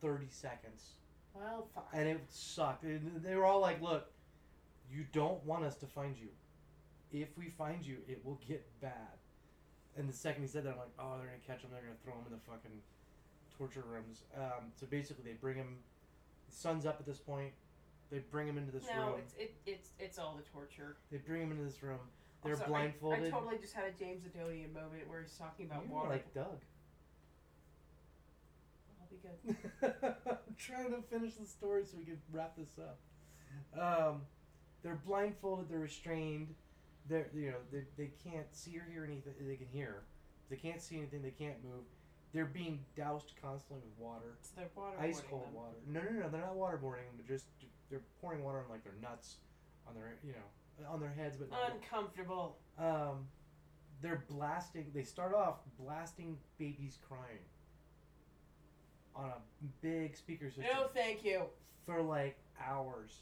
A: 30 seconds.
B: Well, fuck.
A: And it sucked. And they were all like, look, you don't want us to find you. If we find you, it will get bad. And the second he said that, I'm like, oh, they're going to catch him. They're going to throw him in the fucking torture rooms. Um, so basically, they bring him. The sun's up at this point. They bring him into this
B: no,
A: room.
B: it's it, it's it's all the torture.
A: They bring him into this room. They're
B: Also, I-
A: blindfolded.
B: I, totally just had a James Adonian moment where he's talking about
A: You
B: water.
A: like Doug.
B: I'll be good.
A: I'm trying to finish the story so we can wrap this up. Um, they're blindfolded. They're restrained. They're you know they, they can't see or hear anything. They can hear. They can't see anything. They can't move. They're being doused constantly with water,
B: So they're waterboarding
A: ice cold
B: them.
A: water. No, no, no. They're not waterboarding. them, They're just they're pouring water on like their nuts, on their you know on their heads, but not
B: Uncomfortable.
A: um, they're blasting. They start off blasting babies crying on a big speaker system
B: No, thank you.
A: for like hours,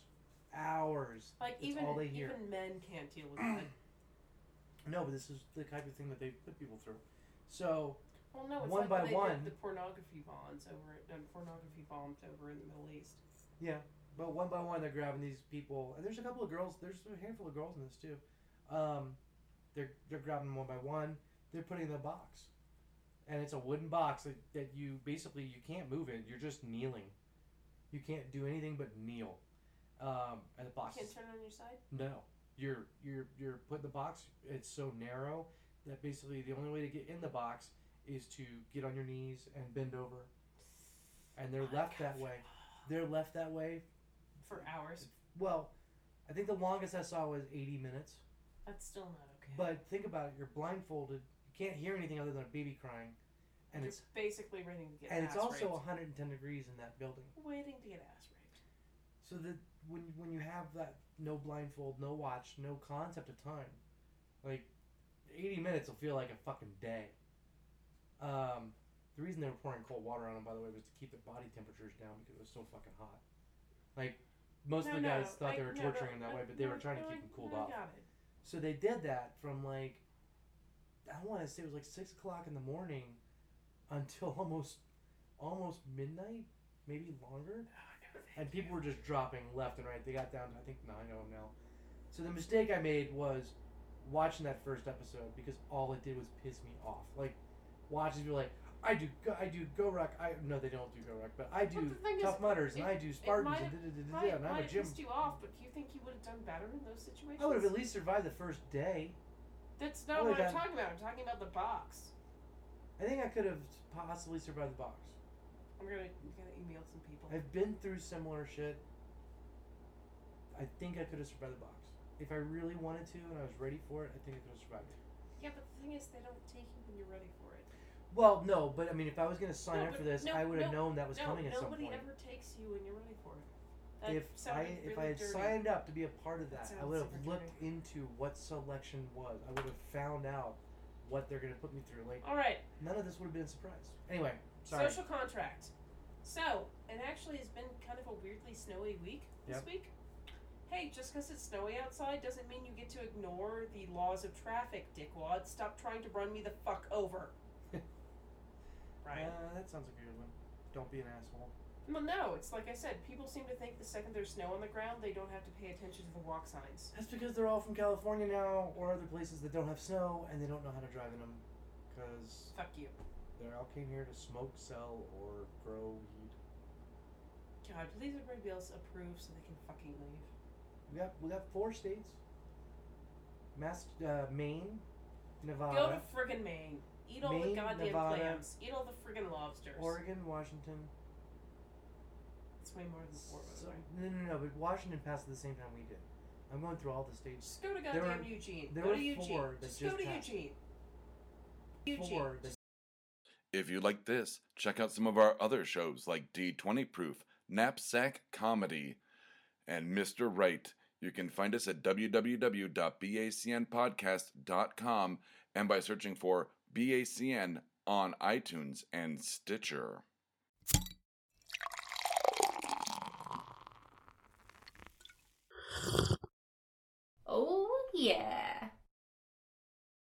A: hours.
B: Like
A: That's
B: even
A: all they hear.
B: even men can't deal with that.
A: No, but this is the type of thing that they put people through. So
B: Well, no, it's
A: One
B: like
A: by
B: when they did
A: one.
B: The pornography bonds over and pornography bombs over in the Middle East.
A: yeah, but one by one they're grabbing these people, and there's a couple of girls. There's a handful of girls in this too. Um, they're they're grabbing them one by one. They're putting in a box, and it's a wooden box that, that you basically you can't move it. You're just kneeling. You can't do anything but kneel. Um, and the box
B: You
A: is
B: can't turn on your side.
A: No, you're you're you're put in the box. It's so narrow that basically the only way to get in the box is to get on your knees and bend over.
B: Oh.
A: And they're left that way. They're left that way.
B: for hours.
A: Well, I think the longest I saw was 80 minutes.
B: That's still not okay.
A: But think about it. You're blindfolded. You can't hear anything other than a baby crying, and
B: You're
A: it's
B: basically ready to get
A: and
B: ass
A: it's also
B: raped.
A: 110 degrees in that building.
B: waiting to get ass raped.
A: So that when when you have that no blindfold, no watch, no concept of time, like eighty minutes will feel like a fucking day. Um, the reason they were pouring cold water on them, by the way, was to keep their body temperatures down because it was so fucking hot. Like most
B: No,
A: of the
B: no,
A: guys thought
B: I-
A: they were
B: no, no,
A: torturing them that
B: no,
A: way, but they
B: no,
A: were trying
B: no,
A: to
B: I-
A: keep them cooled
B: no,
A: off.
B: I got it.
A: So they did that from like I want to say it was like six o'clock in the morning until almost almost midnight, maybe longer.
B: Oh, no, thank
A: And people
B: you.
A: were just dropping left and right. They got down to, I think, nine of them now. So the mistake I made was watching that first episode because all it did was piss me off. Like, watching people like, I do, go, I do go rock. I no, they don't do go rock, but I
B: But
A: do
B: the thing
A: tough
B: is,
A: mutters and
B: it-
A: I do Spartans
B: might
A: and
B: have-
A: da da da
B: Might,
A: da. And I'm a
B: might
A: gym.
B: pissed you off, but do you think you would have done better in those situations?
A: I would have at least survived the first day.
B: That's
A: I
B: not what
A: would've
B: I'm
A: done-
B: talking about. I'm talking about the box.
A: I think I could have possibly survived the box.
B: I'm gonna, I'm gonna email some people.
A: I've been through similar shit. I think I could have survived the box if I really wanted to and I was ready for it. I think I could have survived. it.
B: yeah, but the thing is, they don't take you when you're ready for it.
A: Well, no, but I mean, if I was gonna sign
B: No,
A: up for this,
B: but no,
A: I would have
B: no,
A: known that was
B: no,
A: coming at some
B: nobody
A: point.
B: ever takes you when you're ready for it. That
A: If I
B: sounded
A: if
B: really
A: I had
B: dirty.
A: signed up to be a part of that, I
B: sounds
A: would have
B: super
A: looked into what selection was. I would have found out what they're gonna put me through. Like
B: All right,
A: none of this would have been a surprise. Anyway, sorry.
B: social contract. So, it actually has been kind of a weirdly snowy week this
A: Yep.
B: week. Hey, just because it's snowy outside doesn't mean you get to ignore the laws of traffic, dickwad. Stop trying to run me the fuck over. right.
A: Uh, that sounds like a good one. Don't be an asshole.
B: Well, no, it's like I said, people seem to think the second there's snow on the ground, they don't have to pay attention to the walk signs.
A: That's because they're all from California now, or other places that don't have snow, and they don't know how to drive in them, because
B: Fuck you.
A: they all came here to smoke, sell, or grow weed.
B: God, please everybody else approve so they can fucking leave.
A: We got we got four states. Mass, uh, Maine, Nevada,
B: Go to friggin' Maine. Eat all
A: Uh, Maine,
B: the goddamn
A: Nevada.
B: clams. Eat all the friggin' lobsters.
A: Oregon, Washington.
B: it's way more than four. by the way.
A: no, no, no. But Washington passed at the same time we did. I'm going through all the states.
B: Just go to
A: There
B: goddamn
A: were-
B: Eugene.
A: there
B: go
A: were
B: to Eugene.
A: four that
B: just,
A: just
B: go to
A: passed.
B: Eugene. Eugene.
A: Four that
C: If you like this, check out some of our other shows like D20 Proof, Knapsack Comedy, and Mr. Right. You can find us at www.bacnpodcast.com and by searching for BACN on iTunes and Stitcher.